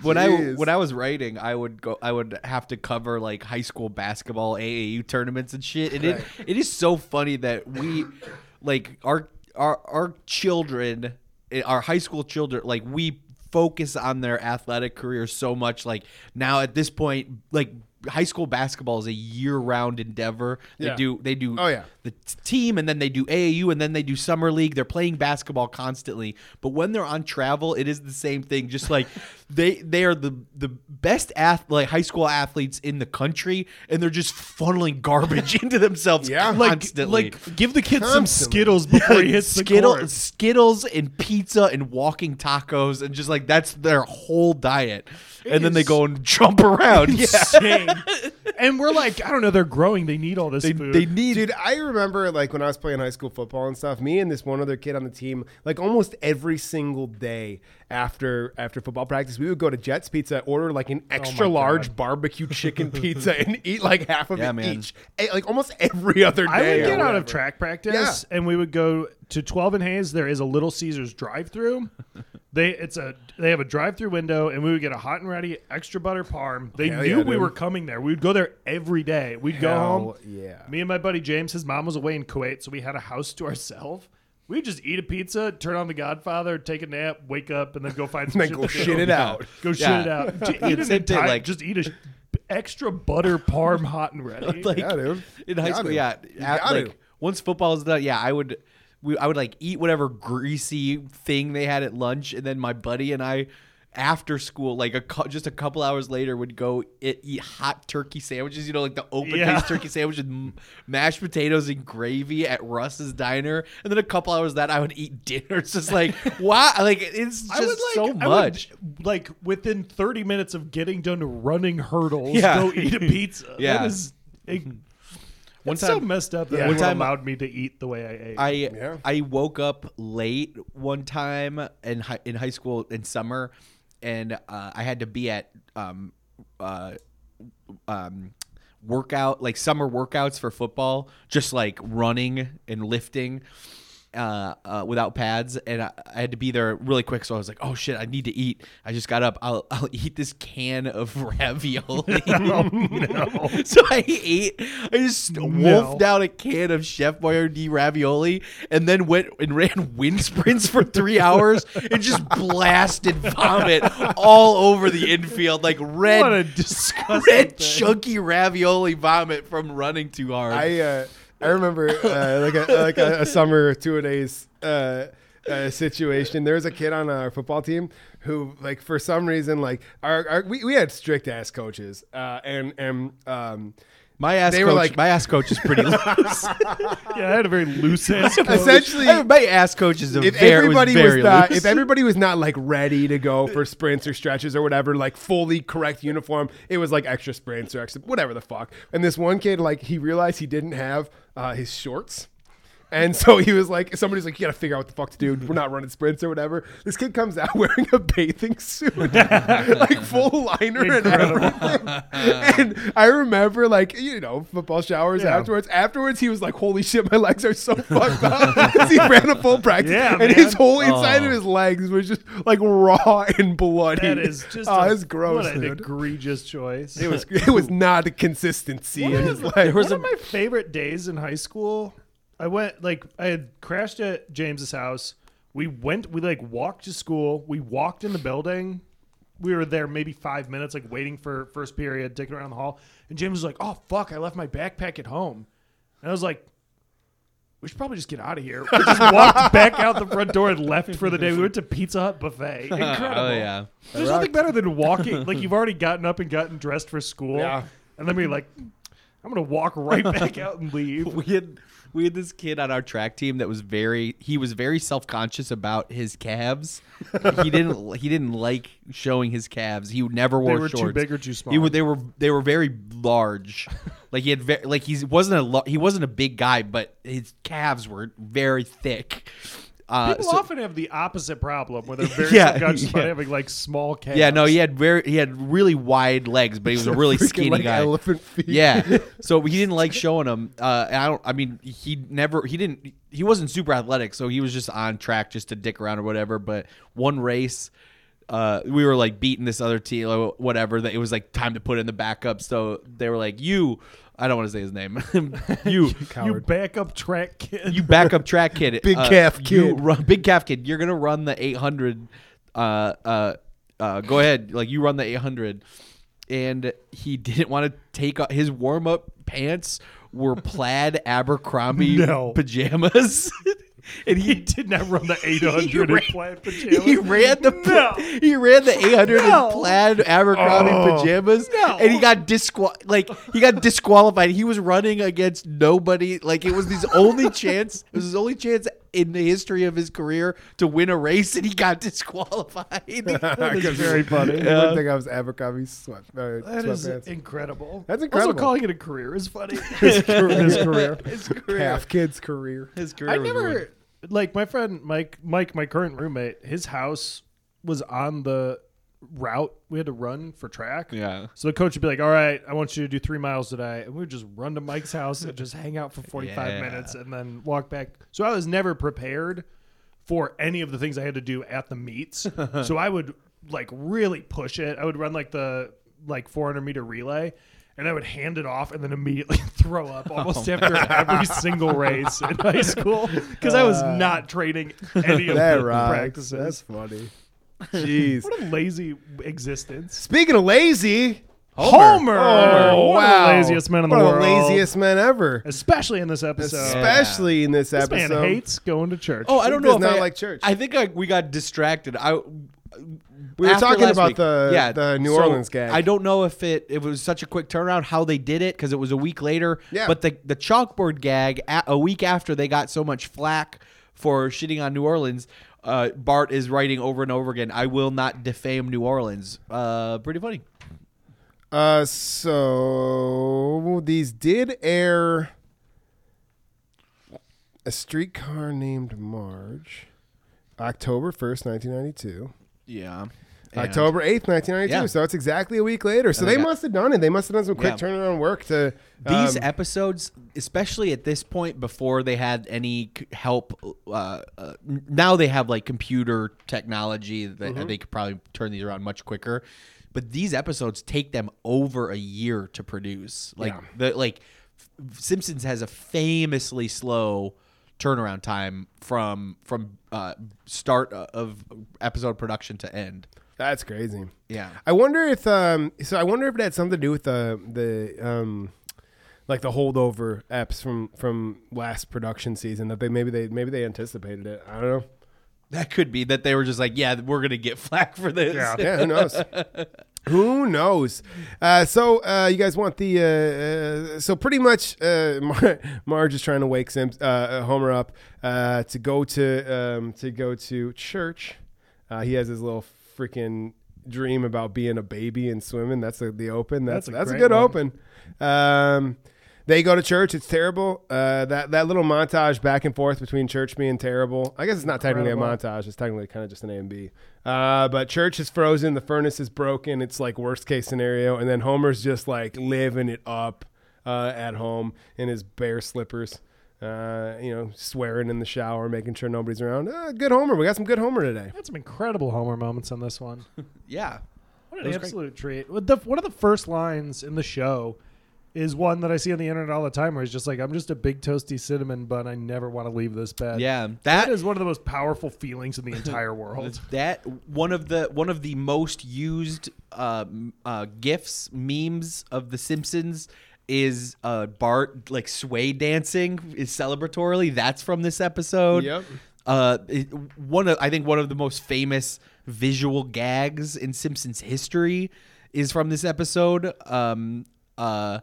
Speaker 1: when I
Speaker 3: Jeez.
Speaker 1: when I was writing, I would go, I would have to cover like high school basketball AAU tournaments and shit. And it it is so funny that we like our our our children, eh, our high school children, like we focus on their athletic careers so much. Like now at this point, like high school basketball is a year round endeavor. They
Speaker 4: Yeah.
Speaker 1: do they do
Speaker 3: Oh, yeah.
Speaker 1: the t- team and then they do AAU and then they do summer league. They're playing basketball constantly. But when they're on travel, it is the same thing. Just like they they are the the best ath- like high school athletes in the country and they're just funneling garbage into themselves
Speaker 3: Yeah.
Speaker 4: Like,
Speaker 1: constantly.
Speaker 4: like give the kid some
Speaker 3: Constantly.
Speaker 4: Skittles before he hits the
Speaker 1: Skittle-
Speaker 4: court.
Speaker 1: Skittles and pizza and walking tacos and just like that's their whole diet. and then they
Speaker 4: is-
Speaker 1: go and jump around. Yeah.
Speaker 4: insane. and we're like, I don't know, they're growing. They need all this
Speaker 1: They,
Speaker 4: food.
Speaker 1: they need
Speaker 3: Dude,
Speaker 5: I remember like when I was playing high school football and stuff, me and this one other kid on the team, like almost every single day after after football practice, we would go to Jets Pizza, order like
Speaker 4: Oh
Speaker 5: an extra large barbecue chicken pizza and eat like half of
Speaker 1: Yeah,
Speaker 5: it
Speaker 1: man.
Speaker 5: each. Eh, Like almost every other day.
Speaker 4: I would
Speaker 5: or
Speaker 4: get out of
Speaker 5: whatever.
Speaker 4: track practice, and we would go to Twelve and Hayes. There is a Little Caesars drive-through. They it's a they have a drive-through window, and we would get a hot and ready extra butter parm. They
Speaker 3: Hell
Speaker 4: knew
Speaker 3: yeah,
Speaker 4: we
Speaker 3: dude.
Speaker 4: were coming there. We would go there every day. We'd go
Speaker 3: Hell
Speaker 4: home.
Speaker 3: yeah.
Speaker 4: Me and my buddy James, his mom was away in Kuwait, so we had a house to ourselves. We would just eat a pizza, turn on The Godfather, take a nap, wake up, and then go find some
Speaker 3: Then
Speaker 4: shit
Speaker 3: go
Speaker 4: to
Speaker 3: shit
Speaker 4: do.
Speaker 3: it out.
Speaker 4: Go
Speaker 1: Yeah.
Speaker 4: shit it out. To eat an
Speaker 1: Same thing,
Speaker 4: entire-
Speaker 1: like-
Speaker 4: just eat a sh- extra butter parm hot and ready.
Speaker 1: like
Speaker 3: Yeah, dude.
Speaker 1: in high
Speaker 3: Gotta.
Speaker 1: school. Yeah,
Speaker 3: You
Speaker 1: at-
Speaker 3: gotta.
Speaker 1: like once football was done, yeah, I would. We, I would like eat whatever greasy thing they had at lunch, and then my buddy and I, after school, like a cou- just a couple hours later, would go eat, eat hot turkey sandwiches. You know, like the open
Speaker 4: Yeah.
Speaker 1: faced turkey sandwich with m- mashed potatoes and gravy at Russ's diner, and then a couple hours that I would eat dinner. It's just like wow, like it's just
Speaker 4: I would like,
Speaker 1: so
Speaker 4: I
Speaker 1: much.
Speaker 4: would, like within 30 minutes of getting done running hurdles,
Speaker 1: Yeah.
Speaker 4: go eat a pizza.
Speaker 1: Yeah. Mm-hmm.
Speaker 4: That is it,
Speaker 1: One
Speaker 4: it's so
Speaker 1: time-
Speaker 4: messed up that
Speaker 1: Yeah. One
Speaker 4: everyone
Speaker 1: time-
Speaker 4: allowed me to eat the way I ate.
Speaker 1: I
Speaker 3: Yeah.
Speaker 1: I woke up late one time in high, in high school in summer, and uh, I had to be at um uh um workout like summer workouts for football, just like running and lifting. Uh, uh, without pads, and I, I had to be there really quick. So I was like, "Oh shit, I need to eat." I just got up. I'll I'll eat this can of ravioli. So I ate. I just wolfed down a can of Chef Boyardee ravioli, and then went and ran wind sprints for three hours, and just blasted vomit all over the infield, like
Speaker 4: what a
Speaker 1: red,
Speaker 4: disgusting
Speaker 1: red
Speaker 4: thing.
Speaker 1: chunky ravioli vomit from running too hard.
Speaker 3: I uh, I remember uh, like a like a, a summer two a days uh, uh, situation. There was a kid on our football team who like for some reason like our, our we, we had strict ass coaches uh, and and um,
Speaker 1: my ass
Speaker 3: they
Speaker 1: coach.
Speaker 3: were like-
Speaker 1: my ass coach is pretty. loose.
Speaker 4: Yeah, I had a very loose ass coach.
Speaker 3: essentially.
Speaker 1: I- my ass coach is a
Speaker 3: if
Speaker 1: very,
Speaker 3: everybody
Speaker 1: was
Speaker 3: was,
Speaker 1: very
Speaker 3: not,
Speaker 1: loose.
Speaker 3: if everybody was not like ready to go for sprints or stretches or whatever, like fully correct uniform, it was like extra sprints or extra whatever the fuck. And this one kid, like, he realized he didn't have uh, his shorts. And so he was like, somebody's like, you gotta figure out what the fuck to do. We're not running sprints or whatever. This kid comes out wearing a bathing suit, like full liner
Speaker 4: Incredible.
Speaker 3: and everything. And I remember, like, you know, football showers
Speaker 4: Yeah.
Speaker 3: afterwards. Afterwards, he was like, holy shit, my legs are so fucked up. Because he ran a full practice.
Speaker 4: Yeah,
Speaker 3: and
Speaker 4: man.
Speaker 3: his whole inside
Speaker 1: Oh.
Speaker 3: of his legs was just like raw and bloody.
Speaker 4: That is just
Speaker 3: oh,
Speaker 4: a,
Speaker 3: it's gross,
Speaker 4: what an
Speaker 3: dude.
Speaker 4: egregious choice.
Speaker 3: It was it was not a consistency in his life.
Speaker 4: One of my favorite days in high school, I went like I had crashed at James's house. We went, we like walked to school. We walked in the building. We were there maybe five minutes, like waiting for first period, digging around the hall. And James was like, "Oh fuck, I left my backpack at home." And I was like, "We should probably just get out of here." We just walked back out the front door and left for the day. We went to Pizza Hut buffet. Incredible.
Speaker 1: oh yeah.
Speaker 4: There's nothing better than walking. Like you've already gotten up and gotten dressed for school,
Speaker 3: Yeah.
Speaker 4: and then be like, I'm gonna walk right back out and leave.
Speaker 1: we had we had this kid on our track team that was very he was very self conscious about his calves. he didn't he didn't like showing his calves. He never wore
Speaker 4: were too
Speaker 1: shorts.
Speaker 4: big or too small?
Speaker 1: He would- they were they were very large. like he had ve- like he wasn't a lo- he wasn't a big guy, but his calves were very thick. Uh,
Speaker 4: People
Speaker 1: so-
Speaker 4: often have the opposite problem where they're very
Speaker 1: Yeah,
Speaker 4: self-conscious about
Speaker 1: yeah.
Speaker 4: having like small calves.
Speaker 1: yeah, no, he had very he had really wide legs, but he was a really
Speaker 3: Freaking,
Speaker 1: skinny
Speaker 3: like,
Speaker 1: guy.
Speaker 3: Elephant feet.
Speaker 1: Yeah. So he didn't like showing him. Uh, and I don't. I mean, he never. He didn't. He wasn't super athletic, so he was just on track, just to dick around or whatever. But one race, uh, we were like beating this other team, or whatever. That it was like time to put in the backup. So they were like, "You, I don't want to say his name. you,
Speaker 4: You backup track kid.
Speaker 1: you backup track kid,
Speaker 3: Big
Speaker 1: uh,
Speaker 3: calf
Speaker 1: you
Speaker 3: kid.
Speaker 1: run, big calf kid. You're gonna run the 800. Uh, uh, uh, go ahead, like you run the 800." And he didn't want to take off his warm up pants were plaid Abercrombie
Speaker 4: No.
Speaker 1: pajamas, and
Speaker 4: he
Speaker 1: he.
Speaker 4: did not run the 800 in
Speaker 1: ran-
Speaker 4: plaid pajamas.
Speaker 1: He ran the
Speaker 4: No.
Speaker 1: he ran the 800
Speaker 4: No.
Speaker 1: in plaid Abercrombie pajamas,
Speaker 4: No.
Speaker 1: and he got disqual like he got disqualified. He was running against nobody. Like it was his only chance. It was his only chance in the history of his career to win a race, and he got disqualified.
Speaker 3: That's
Speaker 4: very funny.
Speaker 3: I
Speaker 1: Yeah.
Speaker 3: think I was Abercrombie sweat, uh,
Speaker 4: That is
Speaker 3: sweatpants.
Speaker 4: incredible.
Speaker 3: That's incredible.
Speaker 4: Also, calling it a career is funny. his career.
Speaker 1: His career,
Speaker 3: Half kid's career.
Speaker 1: his career.
Speaker 4: I
Speaker 1: was ruined.
Speaker 4: never, like, my friend Mike, Mike, my current roommate, his house was on the route we had to run for track.
Speaker 1: Yeah.
Speaker 4: So the coach would be like, all right, I want you to do three miles today. And we would just run to Mike's house and just hang out for 45
Speaker 1: Yeah.
Speaker 4: minutes and then walk back. So I was never prepared for any of the things I had to do at the meets. so I would like really push it. I would run like the like 400 meter relay and I would hand it off and then immediately throw
Speaker 3: Oh,
Speaker 4: up almost after every single race in high school because I was not training any of
Speaker 3: Uh, That
Speaker 4: the
Speaker 3: rocks.
Speaker 4: practices.
Speaker 3: That's funny. Jeez.
Speaker 4: what a lazy existence.
Speaker 3: Speaking of lazy,
Speaker 4: Homer.
Speaker 3: oh
Speaker 4: One
Speaker 3: wow,
Speaker 4: of the laziest men in the
Speaker 3: One
Speaker 4: world.
Speaker 3: of the laziest men ever,
Speaker 4: especially in this episode.
Speaker 3: especially in this,
Speaker 4: This man
Speaker 3: episode.
Speaker 4: hates going to church.
Speaker 1: Oh, I don't
Speaker 3: He
Speaker 1: know.
Speaker 3: does
Speaker 1: if
Speaker 3: not
Speaker 1: I-
Speaker 3: like church.
Speaker 1: I think I, we got distracted. I
Speaker 3: We were
Speaker 1: after
Speaker 3: talking
Speaker 1: last
Speaker 3: about
Speaker 1: week.
Speaker 3: the the New
Speaker 1: so
Speaker 3: Orleans gag.
Speaker 1: I don't know if it if it was such a quick turnaround how they did it because it was a week later.
Speaker 3: Yeah.
Speaker 1: But the the chalkboard gag a a week after they got so much flack for shitting on New Orleans. Uh, Bart is writing over and over again. I will not defame New Orleans. Uh, pretty funny.
Speaker 3: Uh, so these did air a streetcar named Marge, October first, nineteen ninety two.
Speaker 1: Yeah.
Speaker 3: October 8th, 1992.
Speaker 1: Yeah.
Speaker 3: So it's exactly a week later. So
Speaker 1: And
Speaker 3: they
Speaker 1: they got-
Speaker 3: must have done it. They must have done some quick
Speaker 1: Yeah.
Speaker 3: turnaround work to.
Speaker 1: These
Speaker 3: um,
Speaker 1: episodes, especially at this point, before they had any c- help, uh, uh, now they have like computer technology that
Speaker 3: Mm-hmm.
Speaker 1: they could probably turn these around much quicker. But these episodes take them over a year to produce. Like the like F- Simpsons has a famously slow turnaround time from from uh, start of episode production to end.
Speaker 3: that's crazy.
Speaker 1: Yeah.
Speaker 3: I wonder if um so I wonder if it had something to do with the the um like the holdover apps from from last production season that they maybe they maybe they anticipated it. I don't know.
Speaker 1: That could be that they were just like, yeah, we're gonna get flack for this.
Speaker 4: Yeah.
Speaker 3: Yeah, who knows? who knows? Uh, so uh, you guys want the uh, uh, so pretty much uh, Mar- Marge is trying to wake Sim- uh, uh, Homer up uh, to go to um, to go to church. Uh, he has his little freaking dream about being a baby and swimming. That's a, the open. That's
Speaker 4: That's a
Speaker 3: that's a,
Speaker 4: great
Speaker 3: good
Speaker 4: one.
Speaker 3: open. Um, they go to church. It's terrible. Uh, that that little montage back and forth between church being terrible. I guess it's not technically a
Speaker 4: Incredible.
Speaker 3: montage montage. It's technically kind of just an A and B. Uh, but church is frozen. The furnace is broken. It's like worst case scenario. And then Homer's just like living it up uh, at home in his bare slippers. Uh, you know, swearing in the shower, making sure nobody's around. Uh, good Homer. We got some good Homer today.
Speaker 4: Had some incredible Homer moments on this one.
Speaker 1: Yeah.
Speaker 4: What
Speaker 1: That
Speaker 4: an
Speaker 1: was great.
Speaker 4: absolute treat. With the, one of the first lines in the show is one that I see on the internet all the time where he's just like, I'm just a big toasty cinnamon bun. I never want to leave this bed.
Speaker 1: Yeah.
Speaker 4: That is one of the most powerful feelings in the entire world.
Speaker 1: That one of the one of the most used uh, m- uh, gifs memes of The Simpsons is uh, Bart like sway dancing is celebratorily. That's from this episode.
Speaker 3: Yep.
Speaker 1: Uh, it, one of I think one of the most famous visual gags in Simpsons history is from this episode. Um, uh,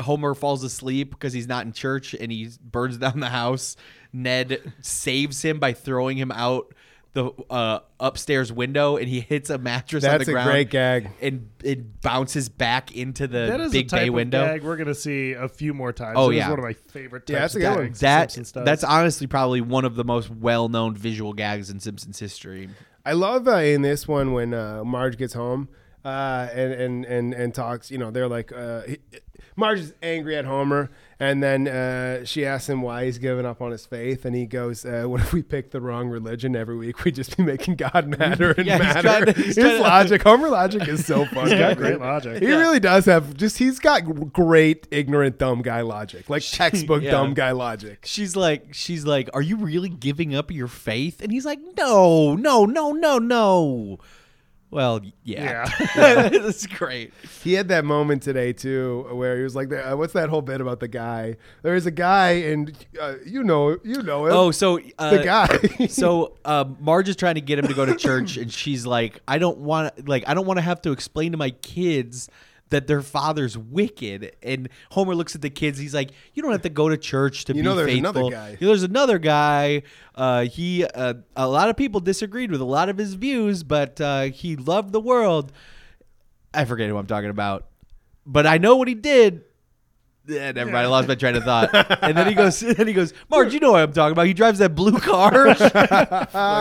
Speaker 1: Homer falls asleep because he's not in church and he burns down the house. Ned saves him by throwing him out the uh, upstairs window and he hits a mattress on
Speaker 3: That's
Speaker 1: the
Speaker 3: a
Speaker 1: ground.
Speaker 3: great gag.
Speaker 1: And it bounces back into
Speaker 4: That
Speaker 1: the
Speaker 4: is
Speaker 1: big
Speaker 4: a type
Speaker 1: bay
Speaker 4: of
Speaker 1: window.
Speaker 4: gag we're gonna see a few more times.
Speaker 1: Oh,
Speaker 4: It is
Speaker 1: yeah.
Speaker 4: one of my favorite. Types
Speaker 3: Yeah, that's a
Speaker 4: of
Speaker 3: good one.
Speaker 4: gags
Speaker 1: That
Speaker 4: Simpsons does.
Speaker 1: that's honestly probably one of the most well-known visual gags in Simpsons history.
Speaker 3: I love uh, in this one when uh, Marge gets home uh, and, and and and talks. You know, they're like, uh, he- Marge is angry at Homer, and then uh, she asks him why he's giving up on his faith, and he goes, uh, "What if we pick the wrong religion every week? We'd just be making God matter and
Speaker 1: Yeah, he's
Speaker 3: matter."
Speaker 1: trying to- he's
Speaker 3: His
Speaker 1: trying to-
Speaker 3: logic, Homer logic, is so funny.
Speaker 4: He's got great logic.
Speaker 3: He really does have just he's got great ignorant dumb guy logic, like textbook
Speaker 1: Yeah.
Speaker 3: dumb guy logic.
Speaker 1: She's like, she's like, are you really giving up your faith? And he's like, no, no, no, no, no. Well, yeah, that's great.
Speaker 3: He had that moment today too, where he was like, uh, "What's that whole bit about the guy?" There is a guy, and uh, you know, you know him.
Speaker 1: Oh, so uh,
Speaker 3: the guy.
Speaker 1: so uh, Marge is trying to get him to go to church, and she's like, I don't want, like, I don't want to have to explain to my kids that their father's wicked. And Homer looks at the kids. He's like, you don't have to go to church to
Speaker 3: You
Speaker 1: be
Speaker 3: know there's
Speaker 1: faithful.
Speaker 3: another guy.
Speaker 1: there's another guy. Uh, he uh, a lot of people disagreed with a lot of his views, but uh, he loved the world. I forget who I'm talking about, but I know what he did. Eh, And everybody lost my train of thought. And then he goes, and then he goes, Marge, you know what I'm talking about. He drives that blue car.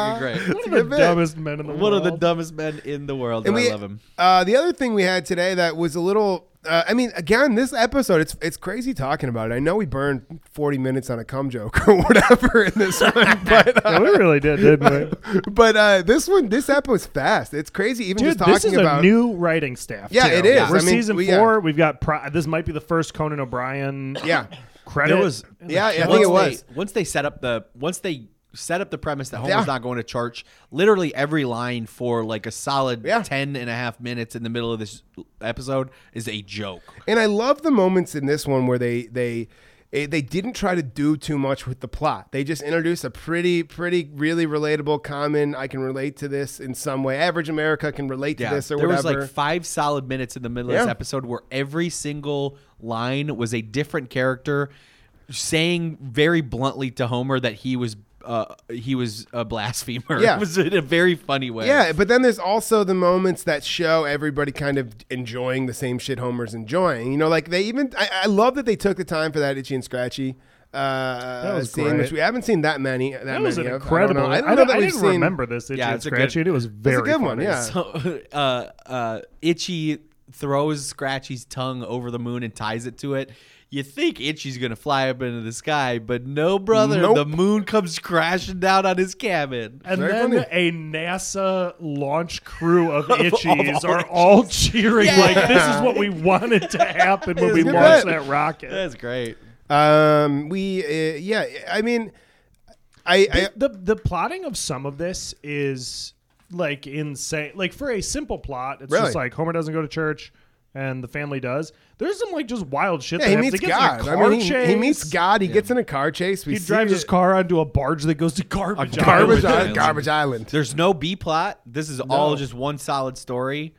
Speaker 3: Uh,
Speaker 1: Fucking great.
Speaker 4: one of the dumbest men in the
Speaker 1: One
Speaker 4: world.
Speaker 1: of the dumbest men in the world.
Speaker 3: And
Speaker 1: but
Speaker 3: we-
Speaker 1: I love him.
Speaker 3: Uh, the other thing we had today that was a little. Uh, I mean, again, this episode, it's it's crazy talking about it. I know we burned 40 minutes on a cum joke or whatever in this one, but
Speaker 4: Yeah,
Speaker 3: uh,
Speaker 4: we really did, didn't we?
Speaker 3: but uh, this one, this episode was fast. It's crazy, even
Speaker 4: Dude,
Speaker 3: just talking
Speaker 4: this is
Speaker 3: about
Speaker 4: a new writing staff.
Speaker 3: Yeah,
Speaker 4: too.
Speaker 3: it is.
Speaker 4: We're
Speaker 3: I mean,
Speaker 4: season
Speaker 3: we- yeah.
Speaker 4: four. We've got pro- this might be the first Conan O'Brien
Speaker 3: yeah,
Speaker 4: credit.
Speaker 1: There was-
Speaker 3: yeah. I
Speaker 1: Once
Speaker 3: think it was.
Speaker 1: They, once they set up the once they set up the premise that Homer's
Speaker 3: Yeah.
Speaker 1: not going to church, literally every line for like a solid
Speaker 3: Yeah.
Speaker 1: 10 and a half minutes in the middle of this episode is a joke.
Speaker 3: And I love the moments in this one where they they eh, they didn't try to do too much with the plot. They just introduced a pretty pretty really relatable common I can relate to this in some way. Average America can relate to this or
Speaker 1: there
Speaker 3: whatever.
Speaker 1: was like five solid minutes in the middle of
Speaker 3: Yeah.
Speaker 1: this episode where every single line was a different character saying very bluntly to Homer that he was uh, he was a blasphemer.
Speaker 3: Yeah.
Speaker 1: it was in a very funny way.
Speaker 3: yeah, but then there's also the moments that show everybody kind of enjoying the same shit Homer's enjoying. You know, like they even I, I love that they took the time for that itchy and scratchy uh,
Speaker 4: That was
Speaker 3: scene,
Speaker 4: great.
Speaker 3: which we haven't seen that many. That,
Speaker 4: That was an
Speaker 3: many of.
Speaker 4: incredible.
Speaker 3: I don't know, I don't know
Speaker 4: I
Speaker 3: that we've
Speaker 4: didn't
Speaker 3: seen.
Speaker 4: remember this. Itchy
Speaker 1: Yeah,
Speaker 4: and
Speaker 1: it's a good-
Speaker 4: Scratchy. and it was very
Speaker 3: It's a good one.
Speaker 4: funny.
Speaker 3: Yeah.
Speaker 1: So uh, uh, Itchy throws Scratchy's tongue over the moon and ties it to it. You think Itchy's gonna fly up into the sky, but no, brother.
Speaker 3: Nope.
Speaker 1: The moon comes crashing down on his cabin.
Speaker 4: And
Speaker 3: Very
Speaker 4: then
Speaker 3: funny.
Speaker 4: a NASA launch crew of itchies
Speaker 1: all
Speaker 4: are all cheering
Speaker 1: Yeah.
Speaker 4: like this is what we wanted to happen when we
Speaker 3: good.
Speaker 4: launched that rocket.
Speaker 1: That's great.
Speaker 3: Um, we uh, yeah. I mean, I, I
Speaker 4: the the plotting of some of this is like insane. Like for a simple plot, it's
Speaker 3: Really?
Speaker 4: just like Homer doesn't go to church and the family does. There's some like just wild shit.
Speaker 3: Yeah,
Speaker 4: that
Speaker 3: he
Speaker 4: happens.
Speaker 3: meets
Speaker 4: gets in a
Speaker 3: God. I
Speaker 4: car
Speaker 3: mean, he, he
Speaker 4: chase.
Speaker 3: meets God. He gets in a car chase. We
Speaker 4: He
Speaker 3: see
Speaker 4: drives his
Speaker 3: it.
Speaker 4: car onto a barge that goes to garbage.
Speaker 3: Garbage
Speaker 1: Garbage
Speaker 3: Island.
Speaker 1: Island.
Speaker 3: Garbage Island.
Speaker 1: There's no B plot. This is all just one solid story,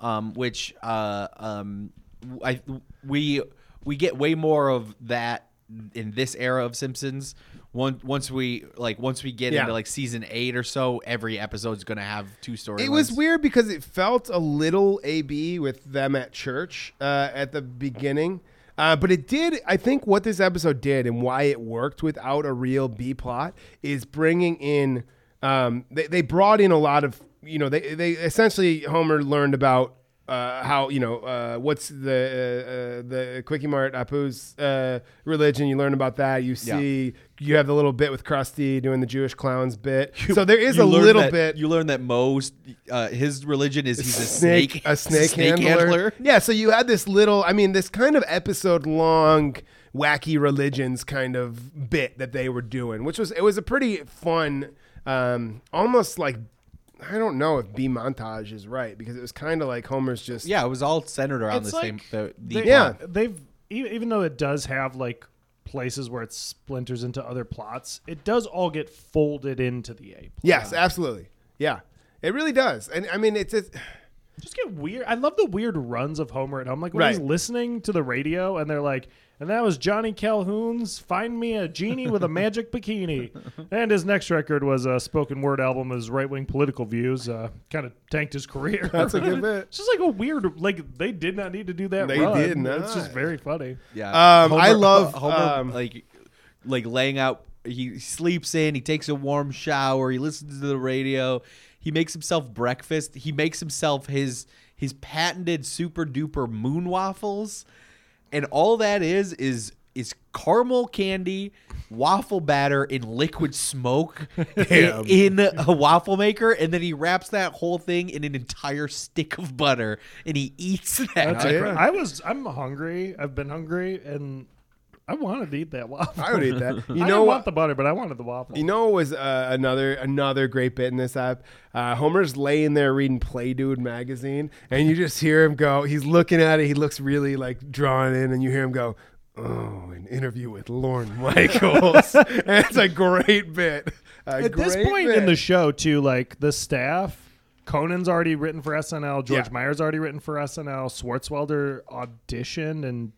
Speaker 1: um, which uh, um, I we we get way more of that in this era of Simpsons. Once once we like once we get
Speaker 3: Yeah.
Speaker 1: into like season eight or so, every episode's gonna have two stories.
Speaker 3: It was weird because it felt a little AB with them at church uh, at the beginning. Uh, but it did, I think, what this episode did and why it worked without a real B plot is bringing in. Um, they, they brought in a lot of, you know, they, they essentially Homer learned about uh, how you know uh, what's the uh, uh, the quickie mart apu's uh, religion you learn about that you see you have the little bit with krusty doing the jewish clowns bit so there is
Speaker 1: You
Speaker 3: a
Speaker 1: learn
Speaker 3: little
Speaker 1: that-
Speaker 3: bit
Speaker 1: You learn that Moe's uh, his religion is he's a
Speaker 3: snake,
Speaker 1: snake,
Speaker 3: a snake, handler. Yeah, so you had this little, I mean, this kind of episode long wacky religions kind of bit that they were doing, which was it was a pretty fun, um, almost like I don't know if B montage is right because it was kind of like Homer's just
Speaker 1: Yeah, it was all centered around
Speaker 4: It's
Speaker 1: the same.
Speaker 4: like
Speaker 1: The, the
Speaker 4: they,
Speaker 1: plot.
Speaker 3: Yeah.
Speaker 4: they've e- even though it does have like places where it splinters into other plots, it does all get folded into the A plot.
Speaker 3: yes, absolutely, yeah, it really does, and I mean it's. it's
Speaker 4: just get weird. I love the weird runs of Homer at home. Like when he's
Speaker 3: Right.
Speaker 4: listening to the radio and they're like, and that was Johnny Calhoun's Find Me a Genie with a Magic Bikini. And his next record was a spoken word album, his right wing political views. Uh, kind of tanked his career. That's
Speaker 3: a good bit.
Speaker 4: It's just like a weird, like they did not need to do that
Speaker 3: They
Speaker 4: run.
Speaker 3: did
Speaker 4: It's just
Speaker 3: not.
Speaker 4: very funny.
Speaker 1: Yeah.
Speaker 3: Um, I love,
Speaker 1: Uh, Homer
Speaker 3: um,
Speaker 1: like like laying out. He sleeps in. He takes a warm shower. He listens to the radio. He makes himself breakfast. He makes himself his his patented super duper moon waffles, and all that is is is caramel candy, waffle batter in liquid smoke i- in a waffle maker, and then he wraps that whole thing in an entire stick of butter, and he eats that.
Speaker 4: That's
Speaker 3: yeah.
Speaker 4: incre- I was. I'm hungry. I've been hungry, and I wanted to eat that waffle.
Speaker 3: I would eat that. You
Speaker 4: I
Speaker 3: know
Speaker 4: didn't want
Speaker 3: what?
Speaker 4: the butter, but I wanted the waffle.
Speaker 3: You know what was uh, another another great bit in this app? Uh, Homer's laying there reading Play Dude magazine, and you just hear him go. He's looking at it. He looks really like drawn in, and you hear him go, "Oh, an interview with Lorne Michaels." That's a great bit. A
Speaker 4: At this
Speaker 3: great
Speaker 4: point
Speaker 3: bit.
Speaker 4: in the show, too, like the staff, Conan's already written for SNL. George
Speaker 3: Yeah.
Speaker 4: Meyer's already written for SNL. Swartzwelder auditioned and.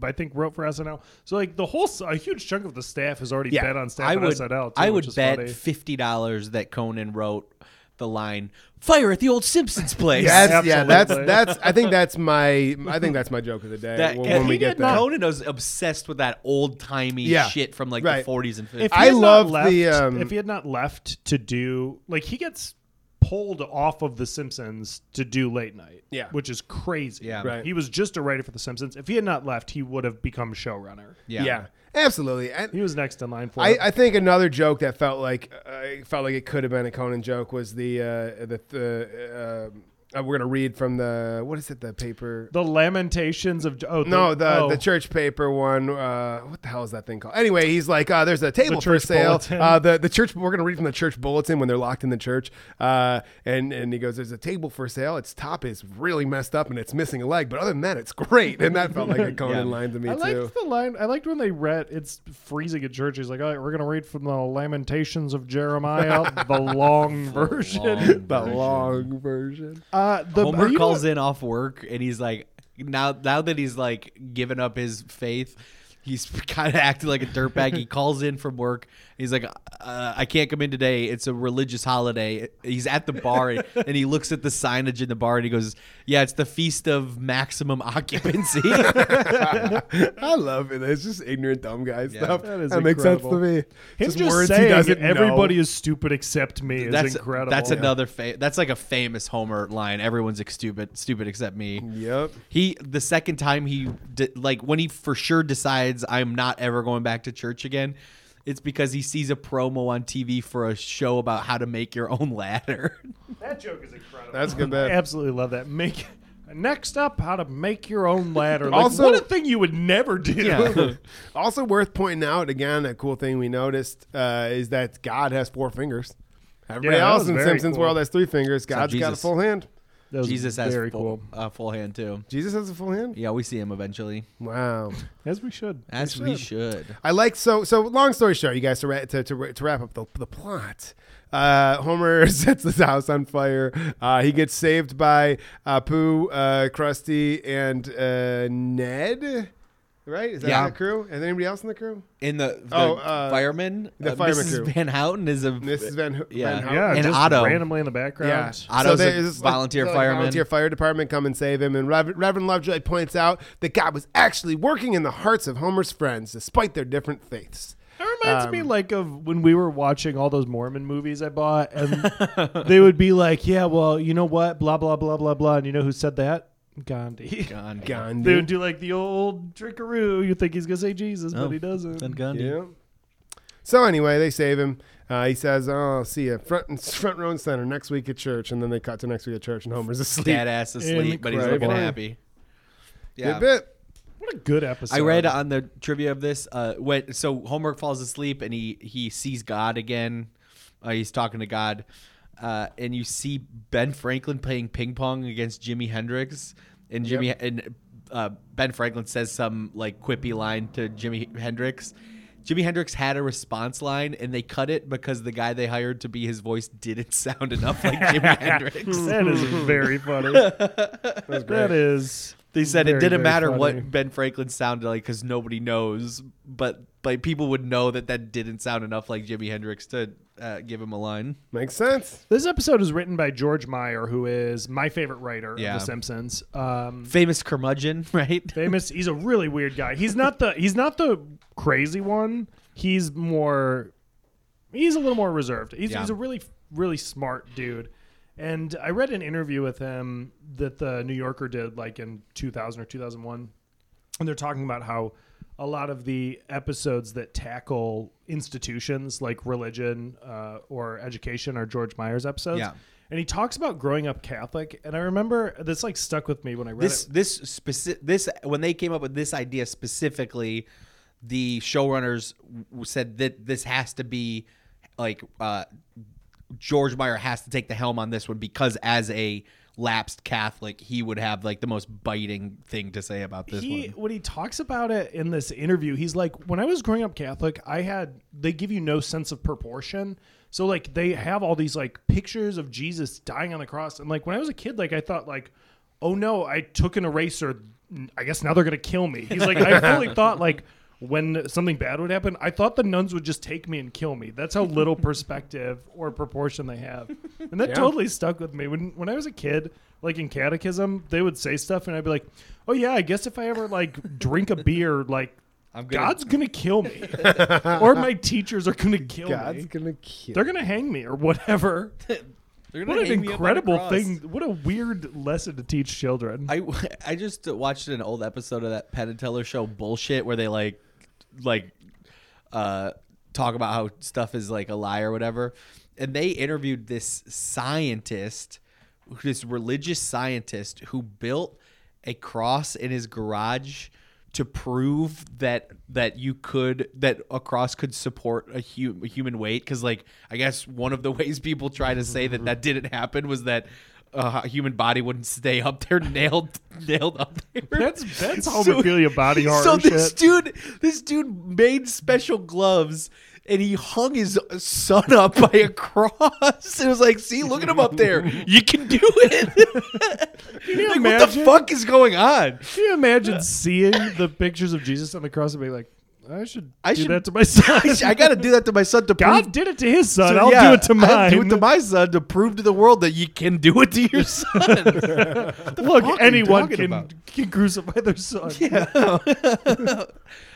Speaker 4: I think wrote for SNL, so like the whole a huge chunk of the staff has already
Speaker 3: Yeah,
Speaker 4: bet on staff
Speaker 1: I
Speaker 4: on
Speaker 1: would,
Speaker 4: SNL. Too,
Speaker 1: I
Speaker 4: which
Speaker 1: would
Speaker 4: is
Speaker 1: bet
Speaker 4: funny.
Speaker 1: fifty dollars that Conan wrote the line "Fire at the old Simpsons place."
Speaker 3: That's yeah. That's
Speaker 4: Absolutely.
Speaker 3: that's. I think that's my. I think that's my joke of the day.
Speaker 1: that,
Speaker 3: when
Speaker 1: he
Speaker 3: we
Speaker 1: did
Speaker 3: get
Speaker 1: not-
Speaker 3: there.
Speaker 1: Conan was obsessed with that old timey
Speaker 3: Yeah,
Speaker 1: shit from like
Speaker 3: right.
Speaker 1: the 40s and 50s.
Speaker 4: if he
Speaker 3: I
Speaker 4: had not
Speaker 3: love
Speaker 4: left,
Speaker 3: the, um,
Speaker 4: if he had not left to do like he gets pulled off of the Simpsons to do late night,
Speaker 3: Yeah.
Speaker 4: which is crazy.
Speaker 1: Yeah.
Speaker 3: Right.
Speaker 4: he was just a writer for the Simpsons. If he had not left, he would have become showrunner.
Speaker 1: yeah.
Speaker 3: yeah, absolutely. And
Speaker 4: He was next in line for
Speaker 3: I,
Speaker 4: it.
Speaker 3: I think another joke that felt like uh, felt like it could have been a Conan joke was the uh, the the. Uh, uh, we're gonna read from the what is it the paper?
Speaker 4: the Lamentations of oh
Speaker 3: No, the
Speaker 4: oh,
Speaker 3: the church paper one. Uh, what the hell is that thing called? Anyway, he's like, uh, there's a table for
Speaker 4: church
Speaker 3: sale.
Speaker 4: bulletin.
Speaker 3: Uh, the the church. We're gonna read from the church bulletin when they're locked in the church. Uh, and and he goes, there's a table for sale. Its top is really messed up and it's missing a leg, but other than that, it's great. And that felt like a Conan
Speaker 1: Yeah.
Speaker 3: line to me
Speaker 4: I
Speaker 3: too.
Speaker 4: liked the line. I liked when they read. It's freezing at church. He's like, "All right, we're gonna read from the Lamentations of Jeremiah, the long version."
Speaker 3: the long version.
Speaker 4: Uh, the
Speaker 1: Homer
Speaker 4: you know
Speaker 1: calls in off work and he's like, now now that he's like given up his faith, he's kind of acting like a dirtbag. he calls in from work. He's like, uh, I can't come in today. It's a religious holiday. He's at the bar and, and he looks at the signage in the bar and he goes, Yeah, it's the feast of maximum occupancy.
Speaker 3: I love it. It's just ignorant, dumb guy stuff.
Speaker 4: That is
Speaker 3: makes sense to
Speaker 4: incredible.
Speaker 3: me.
Speaker 4: Him just, saying everybody is stupid except me is
Speaker 1: that's
Speaker 4: incredible.
Speaker 1: that's another. Fa- that's like a famous Homer line. Everyone's ex- stupid, stupid except me.
Speaker 3: Yep.
Speaker 1: He the second time he de- like when he for sure decides I'm not ever going back to church again. It's because he sees a promo on TV for a show about how to make your own ladder.
Speaker 4: That joke is incredible.
Speaker 3: That's a good
Speaker 4: I
Speaker 3: bet.
Speaker 4: absolutely love that. Make next up how to make your own ladder. Like,
Speaker 3: Also-
Speaker 4: what a thing you would never do.
Speaker 3: also worth pointing out again, a cool thing we noticed uh, is that God has four fingers. Everybody
Speaker 4: Yeah, that
Speaker 3: else
Speaker 4: was
Speaker 3: in
Speaker 4: very
Speaker 3: Simpsons
Speaker 4: cool.
Speaker 3: world has three fingers.
Speaker 1: not
Speaker 3: God's got a
Speaker 1: Jesus.
Speaker 3: full hand.
Speaker 4: That was
Speaker 1: Jesus has
Speaker 4: very
Speaker 1: full,
Speaker 4: cool.
Speaker 1: uh, full hand too.
Speaker 3: Jesus has a full hand.
Speaker 1: Yeah, we see him eventually,
Speaker 3: Wow.
Speaker 4: As we should.
Speaker 1: as we should.
Speaker 3: I like so so. Long story short, you guys to ra- to, to, to wrap up the, the plot. Uh, Homer sets his house on fire. Uh, he gets saved by uh, Pooh, uh, Krusty, and uh, Ned. Right? Is that
Speaker 1: Yeah.
Speaker 3: the crew? Is there anybody else in the crew?
Speaker 1: In the, the
Speaker 3: Oh, uh,
Speaker 1: fireman,
Speaker 3: the
Speaker 1: uh,
Speaker 3: fireman
Speaker 1: Mrs.
Speaker 3: crew.
Speaker 1: Van Houten is a
Speaker 3: This is Van.
Speaker 1: Yeah.
Speaker 3: Van Houten.
Speaker 4: Yeah,
Speaker 1: And
Speaker 4: just
Speaker 1: Otto.
Speaker 4: randomly in the background.
Speaker 1: Otto's a
Speaker 3: there's,
Speaker 1: volunteer
Speaker 3: the
Speaker 1: fireman.
Speaker 3: Volunteer fire department come and save him. And Rev- Reverend Lovejoy points out that God was actually working in the hearts of Homer's friends, despite their different faiths.
Speaker 4: That reminds me
Speaker 1: Um,
Speaker 4: like of when we were watching all those Mormon movies I bought, and they would be like, "Yeah, well, you know what? Blah blah blah blah blah." And you know who said that? Gandhi.
Speaker 1: Gandhi.
Speaker 4: They
Speaker 3: Gandhi.
Speaker 4: would do like the old trickaroo. You think he's gonna say Jesus, but he doesn't.
Speaker 1: Oh, Then Gandhi.
Speaker 3: Yeah. So anyway, they save him. Uh, he says, "Oh, I'll see you front and front row and center next week at church." And then they cut to next week at church, and Homer's asleep.
Speaker 1: Dead ass asleep, but he's looking
Speaker 3: Incredible.
Speaker 1: happy.
Speaker 3: Good bit.
Speaker 4: What a good episode!
Speaker 1: I read um, on the trivia of this. Uh, when so Homer falls asleep and he he sees God again. Uh, he's talking to God, uh, and you see Ben Franklin playing ping pong against Jimi Hendrix, and Jimmy and uh, Ben Franklin says some like quippy line to Jimi Hendrix. Jimi Hendrix had a response line and they cut it because the guy they hired to be his voice didn't sound enough like Jimi Hendrix.
Speaker 4: That is very funny. That's That is.
Speaker 1: They said
Speaker 4: very,
Speaker 1: it didn't
Speaker 4: very
Speaker 1: matter
Speaker 4: funny.
Speaker 1: what Ben Franklin sounded like because nobody knows, but like people would know that that didn't sound enough like Jimi Hendrix to uh, give him a line.
Speaker 2: Makes sense.
Speaker 4: This episode is written by George Meyer, who is my favorite writer
Speaker 1: Yeah.
Speaker 4: of The Simpsons. Um,
Speaker 1: Famous curmudgeon, right?
Speaker 4: famous. He's a really weird guy. He's not the he's not the crazy one. He's more he's a little more reserved. He's,
Speaker 1: Yeah.
Speaker 4: he's a really really smart dude. And I read an interview with him that the New Yorker did like in 2000 or 2001 and they're talking about how a lot of the episodes that tackle institutions like religion uh, or education are George Meyer's episodes.
Speaker 1: Yeah.
Speaker 4: And he talks about growing up Catholic, and I remember this like stuck with me when I read
Speaker 1: this
Speaker 4: it.
Speaker 1: this specific this when they came up with this idea specifically the showrunners w- said that this has to be like uh george meyer has to take the helm on this one because as a lapsed catholic he would have like the most biting thing to say about this
Speaker 4: he
Speaker 1: one
Speaker 4: when he talks about it in this interview he's like when i was growing up catholic i had they give you no sense of proportion so like they have all these like pictures of jesus dying on the cross and like when i was a kid like i thought like oh no i took an eraser i guess now they're gonna kill me he's like i fully thought like when something bad would happen i thought the nuns would just take me and kill me that's how little perspective or proportion they have and that totally stuck with me when when i was a kid like in catechism, they would say stuff, and I'd be like, "Oh yeah, I guess if I ever like drink a beer, like
Speaker 1: I'm gonna-
Speaker 4: God's gonna kill me, or my teachers are gonna kill
Speaker 2: God's
Speaker 4: me.
Speaker 2: gonna kill.
Speaker 4: They're gonna hang me or whatever." what an incredible thing! What a weird lesson to teach children.
Speaker 1: I, I just watched an old episode of that Penn and Teller show bullshit where they like like uh talk about how stuff is like a lie or whatever. And they interviewed this scientist, this religious scientist who built a cross in his garage to prove that that you could that a cross could support a, hu- a human weight because like i guess one of the ways people try to say
Speaker 4: Mm-hmm.
Speaker 1: that that didn't happen was that uh, a human body wouldn't stay up there nailed nailed up there
Speaker 4: that's that's
Speaker 1: So-
Speaker 4: homophilia body horror
Speaker 1: so this
Speaker 4: shit.
Speaker 1: dude this dude made special gloves and he hung his son up by a cross. It was like, see, look at him up there. You can do it.
Speaker 4: you
Speaker 1: like, what the
Speaker 4: imagine?
Speaker 1: fuck is going on?
Speaker 4: Can you imagine seeing the pictures of Jesus on the cross and being like, "I should
Speaker 1: I
Speaker 4: do
Speaker 1: should-
Speaker 4: that to my son.
Speaker 1: I, got to do that to my son to
Speaker 4: God
Speaker 1: prove.
Speaker 4: did it to his son.
Speaker 1: to-
Speaker 4: I'll
Speaker 1: yeah,
Speaker 4: do it to mine.
Speaker 1: I'll do it to my son to prove to the world that you can do it to your son.
Speaker 4: Look,
Speaker 1: are you
Speaker 4: anyone
Speaker 1: talking
Speaker 4: can,
Speaker 1: about?
Speaker 4: can crucify their son.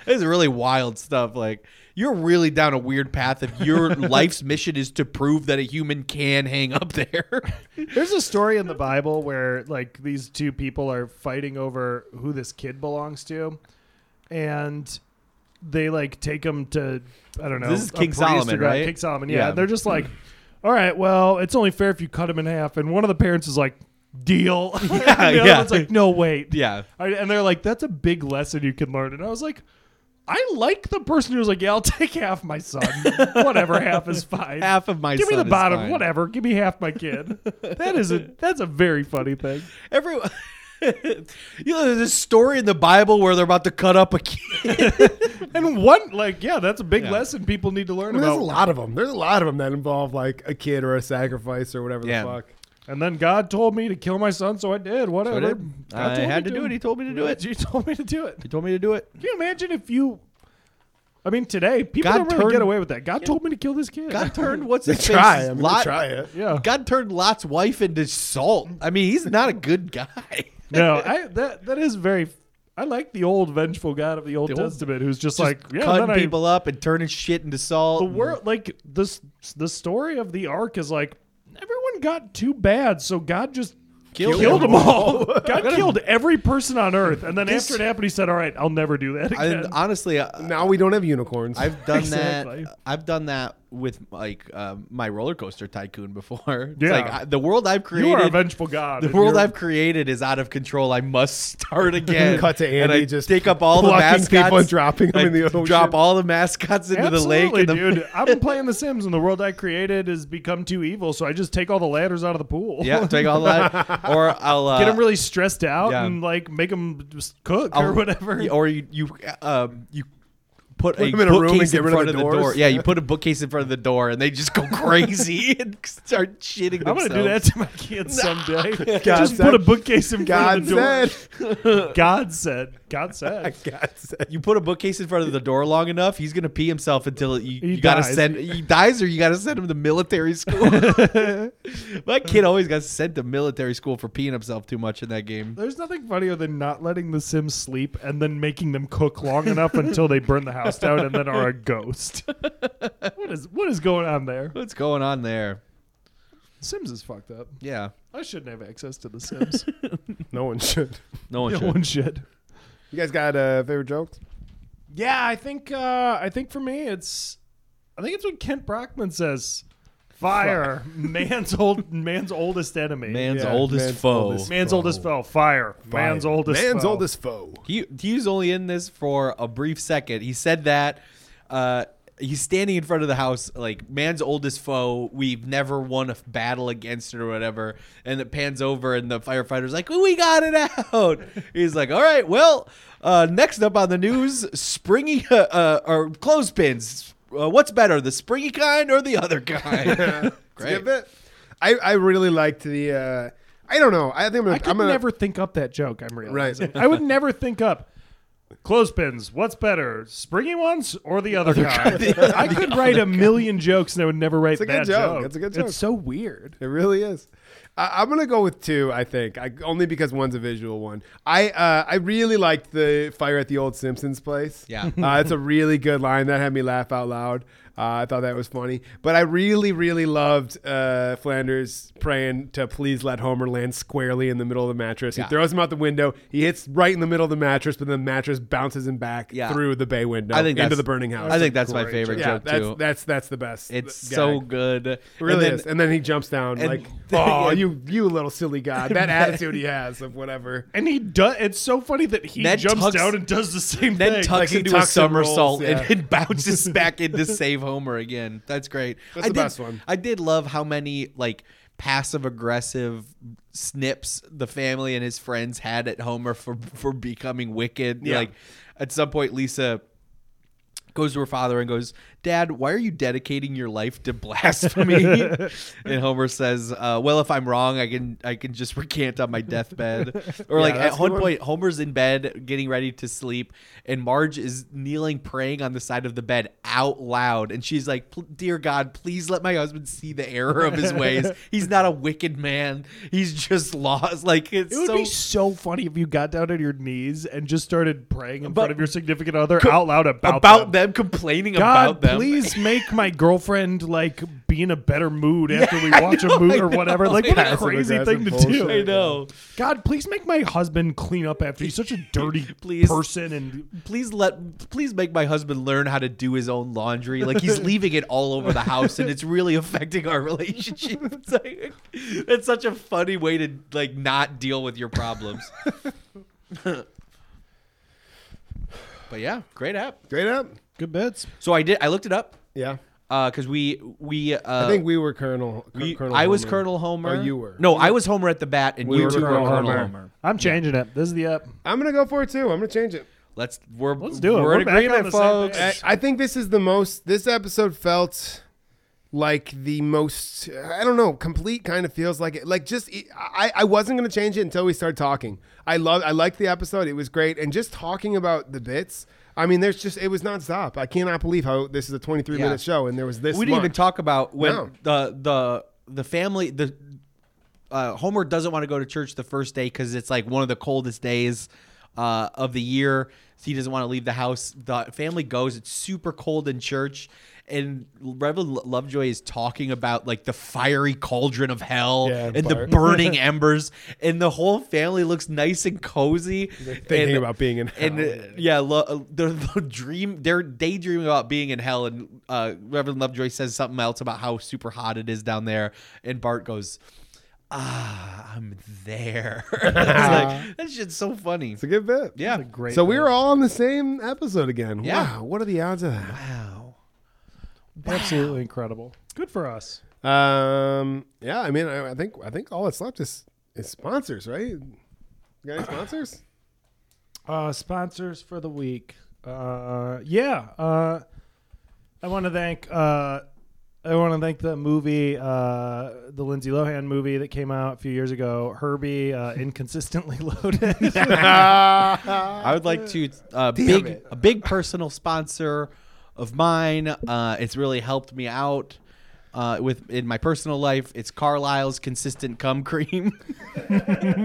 Speaker 1: it's really wild stuff. Like you're really down a weird path if your life's mission is to prove that a human can hang up there.
Speaker 4: There's a story in the Bible where like these two people are fighting over who this kid belongs to, and they like take him to I don't know.
Speaker 1: This is
Speaker 4: a
Speaker 1: King
Speaker 4: priest
Speaker 1: Solomon,
Speaker 4: or God-
Speaker 1: right?
Speaker 4: King Solomon. Yeah.
Speaker 1: Yeah.
Speaker 4: They're just like, all right, well, it's only fair if you cut him in half. And one of the parents is like, deal. Yeah, and the other
Speaker 1: yeah.
Speaker 4: one's like, no, wait.
Speaker 1: yeah.
Speaker 4: I, and they're like, that's a big lesson you can learn. And I was like, I like the person who's like, yeah, I'll take half my son. Whatever, half is fine.
Speaker 1: Half of my
Speaker 4: Give me
Speaker 1: son
Speaker 4: the
Speaker 1: is
Speaker 4: bottom,
Speaker 1: fine.
Speaker 4: whatever. Give me half my kid. That is a that's a very funny thing.
Speaker 1: Every you know, there's this story in the Bible where they're about to cut up a kid.
Speaker 4: And one like yeah, that's a big
Speaker 1: Yeah.
Speaker 4: lesson people need to learn
Speaker 2: I mean, there's a
Speaker 4: about.
Speaker 2: lot of them. There's a lot of them that involve like a kid or a sacrifice or whatever
Speaker 1: Yeah.
Speaker 2: the fuck.
Speaker 4: And then God told me to kill my son, so I did. Whatever.
Speaker 1: I did.
Speaker 4: God
Speaker 1: I
Speaker 4: told
Speaker 1: had
Speaker 4: me
Speaker 1: to do it. He told me to do it.
Speaker 4: He told me to do it.
Speaker 1: He told me to do it.
Speaker 4: Can you imagine if you? I mean, today people
Speaker 1: God
Speaker 4: don't really
Speaker 1: turned-
Speaker 4: get away with that. God told me to kill this kid.
Speaker 1: God turned what's his face?
Speaker 2: Try. I'm gonna
Speaker 1: Lot-
Speaker 2: try it.
Speaker 4: yeah.
Speaker 1: God turned Lot's wife into salt. I mean, he's not a good guy.
Speaker 4: no, I that that is very. I like the old vengeful God of the Old
Speaker 1: The old-
Speaker 4: Testament, who's just,
Speaker 1: Just
Speaker 4: like yeah, then
Speaker 1: cutting
Speaker 4: I-
Speaker 1: people up and turning shit into salt.
Speaker 4: the world like this the story of the ark is like everyone got too bad so god just
Speaker 1: Killed
Speaker 4: killed, them all god killed every person on earth and then after it happened he said all right i'll never do that again
Speaker 1: And honestly, I-
Speaker 2: Now we don't have unicorns.
Speaker 1: I've done
Speaker 4: Exactly.
Speaker 1: that. I've done that with like um, my roller coaster tycoon before. It's
Speaker 4: Yeah.
Speaker 1: like I, the world I've
Speaker 4: you are a
Speaker 1: created.
Speaker 4: vengeful god
Speaker 1: The
Speaker 4: and
Speaker 1: world
Speaker 4: you're-
Speaker 1: I've created is out of control. I must start again.
Speaker 2: Cut to
Speaker 1: and I
Speaker 2: Andy just
Speaker 1: take up all the
Speaker 2: plucking
Speaker 1: mascots,
Speaker 2: people and dropping them
Speaker 1: I
Speaker 2: in the ocean.
Speaker 1: Drop all the mascots into
Speaker 4: Absolutely,
Speaker 1: the lake. And the,
Speaker 4: dude. I've been playing The Sims, and the world I created has become too evil. So I just take all the ladders out of the pool.
Speaker 1: Yeah, take all that. Or I'll uh,
Speaker 4: get them really stressed out
Speaker 1: yeah.
Speaker 4: and like make them just cook
Speaker 1: I'll-
Speaker 4: or whatever.
Speaker 1: Or you you um you put, a
Speaker 3: them in a room and
Speaker 1: bookcase
Speaker 3: get
Speaker 1: in
Speaker 3: rid of
Speaker 1: front
Speaker 3: the
Speaker 1: of the door.
Speaker 3: doors.
Speaker 1: Yeah, you put a bookcase in front of the door, and they just go crazy and start shitting.
Speaker 4: I'm gonna do that
Speaker 1: themselves.
Speaker 4: to my kids someday.
Speaker 3: God
Speaker 4: Just
Speaker 3: said-
Speaker 4: put a bookcase in front
Speaker 3: God
Speaker 4: of the door.
Speaker 3: said.
Speaker 4: God said. God said.
Speaker 3: God said.
Speaker 1: You put a bookcase in front of the door long enough, he's gonna pee himself until it, you,
Speaker 4: He
Speaker 1: you gotta
Speaker 4: dies.
Speaker 1: send. He dies, or you gotta send him to military school. my kid always got sent to military school for peeing himself too much in that game.
Speaker 4: There's nothing funnier than not letting the Sims sleep and then making them cook long enough until they burn the house down and then are a ghost. what is what is going on there?
Speaker 1: What's going on there?
Speaker 4: Sims is fucked up.
Speaker 1: Yeah,
Speaker 4: I shouldn't have access to the Sims.
Speaker 3: No one should.
Speaker 1: no one
Speaker 4: no
Speaker 1: should.
Speaker 4: one should.
Speaker 3: You guys got uh, favorite jokes?
Speaker 4: Yeah, I think uh, I think for me it's I think it's what Kent Brockman says. Fire, man's old man's oldest enemy.
Speaker 1: Man's
Speaker 3: Yeah,
Speaker 1: oldest
Speaker 3: man's
Speaker 1: foe.
Speaker 3: oldest
Speaker 4: man's oldest foe. Fire. Man's oldest.
Speaker 3: Man's
Speaker 4: foe.
Speaker 3: oldest foe.
Speaker 1: He he was only in this for a brief second. He said that uh, he's standing in front of the house, like man's oldest foe. We've never won a battle against it or whatever. And it pans over, and the firefighter's like, "We got it out." He's like, "All right, well, uh, next up on the news, springy uh, uh, or clothespins. Uh, what's better, the springy kind or the other kind?" Great.
Speaker 3: Skip it. I, I really liked the. Uh, I don't know. I think I'm gonna.
Speaker 4: I could
Speaker 3: am gonna
Speaker 4: never think up that joke. I'm realizing. I would never think up clothespins. What's better, springy ones or the other kind? I could write a million jokes and I would never write
Speaker 3: a
Speaker 4: that
Speaker 3: good joke. It's a good joke.
Speaker 4: It's so weird.
Speaker 3: It really is. I, I'm gonna go with two. I think I, only because one's a visual one. I uh, I really liked the fire at the old Simpsons place.
Speaker 1: Yeah.
Speaker 3: uh, it's a really good line that had me laugh out loud. Uh, I thought that was funny, but I really really loved uh, Flanders praying to please let Homer land squarely in the middle of the mattress.
Speaker 1: Yeah.
Speaker 3: He throws him out the window. He hits right in the middle of the mattress, but the mattress bounces him back
Speaker 1: Yeah.
Speaker 3: through the bay window
Speaker 1: I think
Speaker 3: into
Speaker 1: that's-
Speaker 3: the burning house.
Speaker 1: I think that's my
Speaker 4: Great
Speaker 1: favorite
Speaker 3: yeah,
Speaker 1: joke
Speaker 3: that's,
Speaker 1: too.
Speaker 3: that's that's the best.
Speaker 1: it's
Speaker 3: gag.
Speaker 1: so good. It
Speaker 3: It really is. And then he jumps down
Speaker 1: and-
Speaker 3: like, oh, you you little silly guy. That attitude he has of whatever.
Speaker 4: And he does. It's so funny that he
Speaker 1: Ned
Speaker 4: jumps
Speaker 1: tucks-
Speaker 4: down and does the same
Speaker 1: Ned
Speaker 4: thing.
Speaker 1: tucks
Speaker 3: Like, he
Speaker 1: into a
Speaker 3: tucks and rolls,
Speaker 1: somersault and,
Speaker 3: yeah.
Speaker 1: it bounces back in to save Homer again. That's great.
Speaker 3: That's
Speaker 1: I
Speaker 3: the
Speaker 1: did,
Speaker 3: best one.
Speaker 1: I did love how many like passive aggressive snips the family and his friends had at Homer for for becoming wicked.
Speaker 3: Yeah.
Speaker 1: Like at some point, Lisa goes to her father and goes, "Dad, why are you dedicating your life to blasphemy?" and Homer says, uh, "Well, if I'm wrong, I can I can just recant on my deathbed." Or like
Speaker 3: that's
Speaker 1: at
Speaker 3: a
Speaker 1: one
Speaker 3: good one.
Speaker 1: point, Homer's in bed getting ready to sleep, and Marge is kneeling praying on the side of the bed out loud, and she's like, "Pl- "Dear God, please let my husband see the error of his ways. He's not a wicked man. He's just lost." Like it's
Speaker 4: It would
Speaker 1: so
Speaker 4: be so funny if you got down on your knees and just started praying in
Speaker 1: But-
Speaker 4: front of your significant other out loud about,
Speaker 1: about
Speaker 4: them.
Speaker 1: them. complaining
Speaker 4: God,
Speaker 1: about them.
Speaker 4: please make my girlfriend like be in a better mood after we watch a movie
Speaker 1: I
Speaker 4: or whatever.
Speaker 1: know.
Speaker 4: Like what a
Speaker 3: Passive
Speaker 4: crazy
Speaker 3: aggressive
Speaker 4: thing to
Speaker 3: bullshit.
Speaker 1: I
Speaker 4: do.
Speaker 1: know.
Speaker 4: God, please make my husband clean up after he's such a dirty
Speaker 1: Please.
Speaker 4: person and
Speaker 1: please let please make my husband learn how to do his own laundry like he's leaving it all over the house and it's really affecting our relationship it's, like, it's such a funny way to like not deal with your problems but yeah great app
Speaker 3: Straight up.
Speaker 4: good bits.
Speaker 1: so i did i looked it up
Speaker 3: Yeah.
Speaker 1: uh because we we uh
Speaker 3: I think we were Colonel.
Speaker 1: we,
Speaker 3: Colonel
Speaker 1: I was
Speaker 3: Homer.
Speaker 1: Colonel Homer.
Speaker 3: Or you were.
Speaker 1: No, I was Homer at the bat, and
Speaker 3: We
Speaker 1: you
Speaker 3: were
Speaker 1: two were
Speaker 3: Colonel
Speaker 1: Colonel Homer.
Speaker 3: Homer.
Speaker 4: I'm changing it. This is the up.
Speaker 3: I'm going to go for it too. I'm going to change it.
Speaker 1: Let's we're
Speaker 4: Let's do it.
Speaker 1: We're,
Speaker 4: We're
Speaker 1: in
Speaker 4: back on
Speaker 1: agreement,
Speaker 4: the same
Speaker 1: folks.
Speaker 4: page.
Speaker 3: I, I think this is the most, this episode felt like the most, I don't know, complete kind of feels like it. Like just, I, I wasn't going to change it until we started talking. I love, I liked the episode. It was great. And just talking about the bits. I mean, there's just, it was nonstop. I cannot believe how this is a 23
Speaker 1: Yeah.
Speaker 3: minute show and there was this
Speaker 1: we didn't
Speaker 3: much.
Speaker 1: even talk about when
Speaker 3: No.
Speaker 1: the the the family the uh, Homer doesn't want to go to church the first day because it's like one of the coldest days uh, of the year. So he doesn't want to leave the house. The family goes. It's super cold in church, and Reverend Lo- Lovejoy is talking about like the fiery cauldron of hell
Speaker 3: Yeah,
Speaker 1: and the
Speaker 3: fire.
Speaker 1: burning embers, and the whole family looks nice and cozy.
Speaker 3: thinking
Speaker 1: and-
Speaker 3: about being in hell.
Speaker 1: and uh, yeah, lo- they're the dream. They're daydreaming about being in hell, and uh, Reverend Lovejoy says something else about how super hot it is down there, and Bart goes, "Ah, I'm there." It's like, that shit's so funny.
Speaker 3: It's a good bit.
Speaker 1: Yeah,
Speaker 4: Great.
Speaker 3: So we were all on the same episode again.
Speaker 1: Yeah.
Speaker 3: Wow. What are the odds of that?
Speaker 1: Wow.
Speaker 4: absolutely incredible. Good for us.
Speaker 3: Um. Yeah. I mean, I, I think I think all that's left is is sponsors, right? You got any sponsors?
Speaker 4: Uh, sponsors for the week. Uh, yeah. Uh, I want to thank. Uh, I want to thank the movie, uh, the Lindsay Lohan movie that came out a few years ago, Herbie, uh, inconsistently loaded.
Speaker 1: I would like to a big a big personal sponsor of mine. Uh, it's really helped me out uh, with in my personal life. It's Carlisle's Consistent Cum Cream.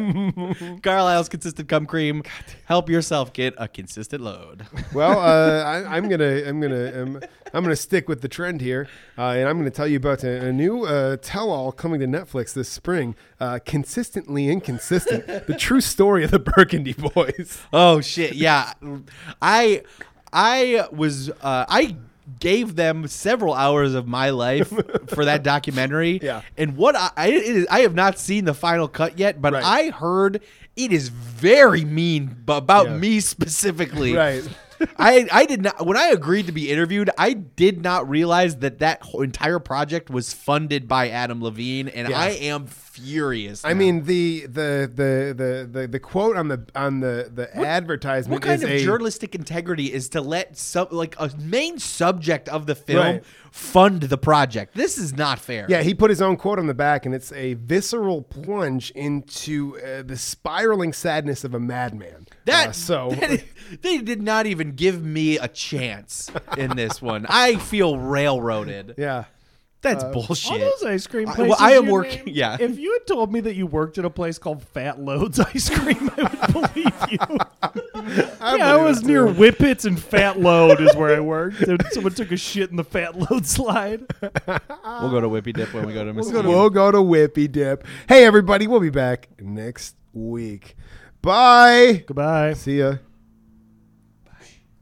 Speaker 1: Carlisle's Consistent Cum Cream. Help yourself get a consistent load.
Speaker 3: Well, uh, I, I'm gonna, I'm gonna, I'm, I'm gonna stick with the trend here, uh, and I'm gonna tell you about a, a new uh, tell-all coming to Netflix this spring. Uh, consistently inconsistent: the true story of the Burgundy Boys.
Speaker 1: Oh shit! Yeah, I I was uh, I gave them several hours of my life for that documentary.
Speaker 3: Yeah.
Speaker 1: and what I I, it is, I have not seen the final cut yet, but
Speaker 3: Right.
Speaker 1: I heard it is very mean b- about
Speaker 3: Yeah.
Speaker 1: me specifically.
Speaker 3: Right.
Speaker 1: I I did not when I agreed to be interviewed, I did not realize that that whole entire project was funded by Adam Levine, and I am furious.
Speaker 3: I
Speaker 1: now.
Speaker 3: mean the the the the the, the quote on the on the the advertisement
Speaker 1: What kind
Speaker 3: is
Speaker 1: of
Speaker 3: a
Speaker 1: journalistic integrity is to let sub like a main subject of the film
Speaker 3: Right.
Speaker 1: fund the project? This is not fair.
Speaker 3: Yeah, he put his own quote on the back, and it's a visceral plunge into uh, the spiraling sadness of a madman.
Speaker 1: that
Speaker 3: Uh, so
Speaker 1: that- they did not even give me a chance in this one. I feel railroaded.
Speaker 3: yeah,
Speaker 1: That's
Speaker 3: Uh,
Speaker 4: All
Speaker 1: bullshit.
Speaker 4: those ice cream
Speaker 1: I-
Speaker 4: places.
Speaker 1: well, I am
Speaker 4: you
Speaker 1: working-
Speaker 4: named,
Speaker 1: yeah.
Speaker 4: If you had told me that you worked at a place called Fat Loads Ice Cream, I would believe you. yeah, I
Speaker 3: believe
Speaker 4: was
Speaker 3: it,
Speaker 4: near Whippets and Fat Load is where I worked. And someone took a shit in the Fat Load slide.
Speaker 1: we'll go to Whippy Dip when we go to Miss.
Speaker 3: we'll, go to Whippy Dip. Hey, everybody, we'll be back next week. Bye.
Speaker 4: Goodbye.
Speaker 3: See ya.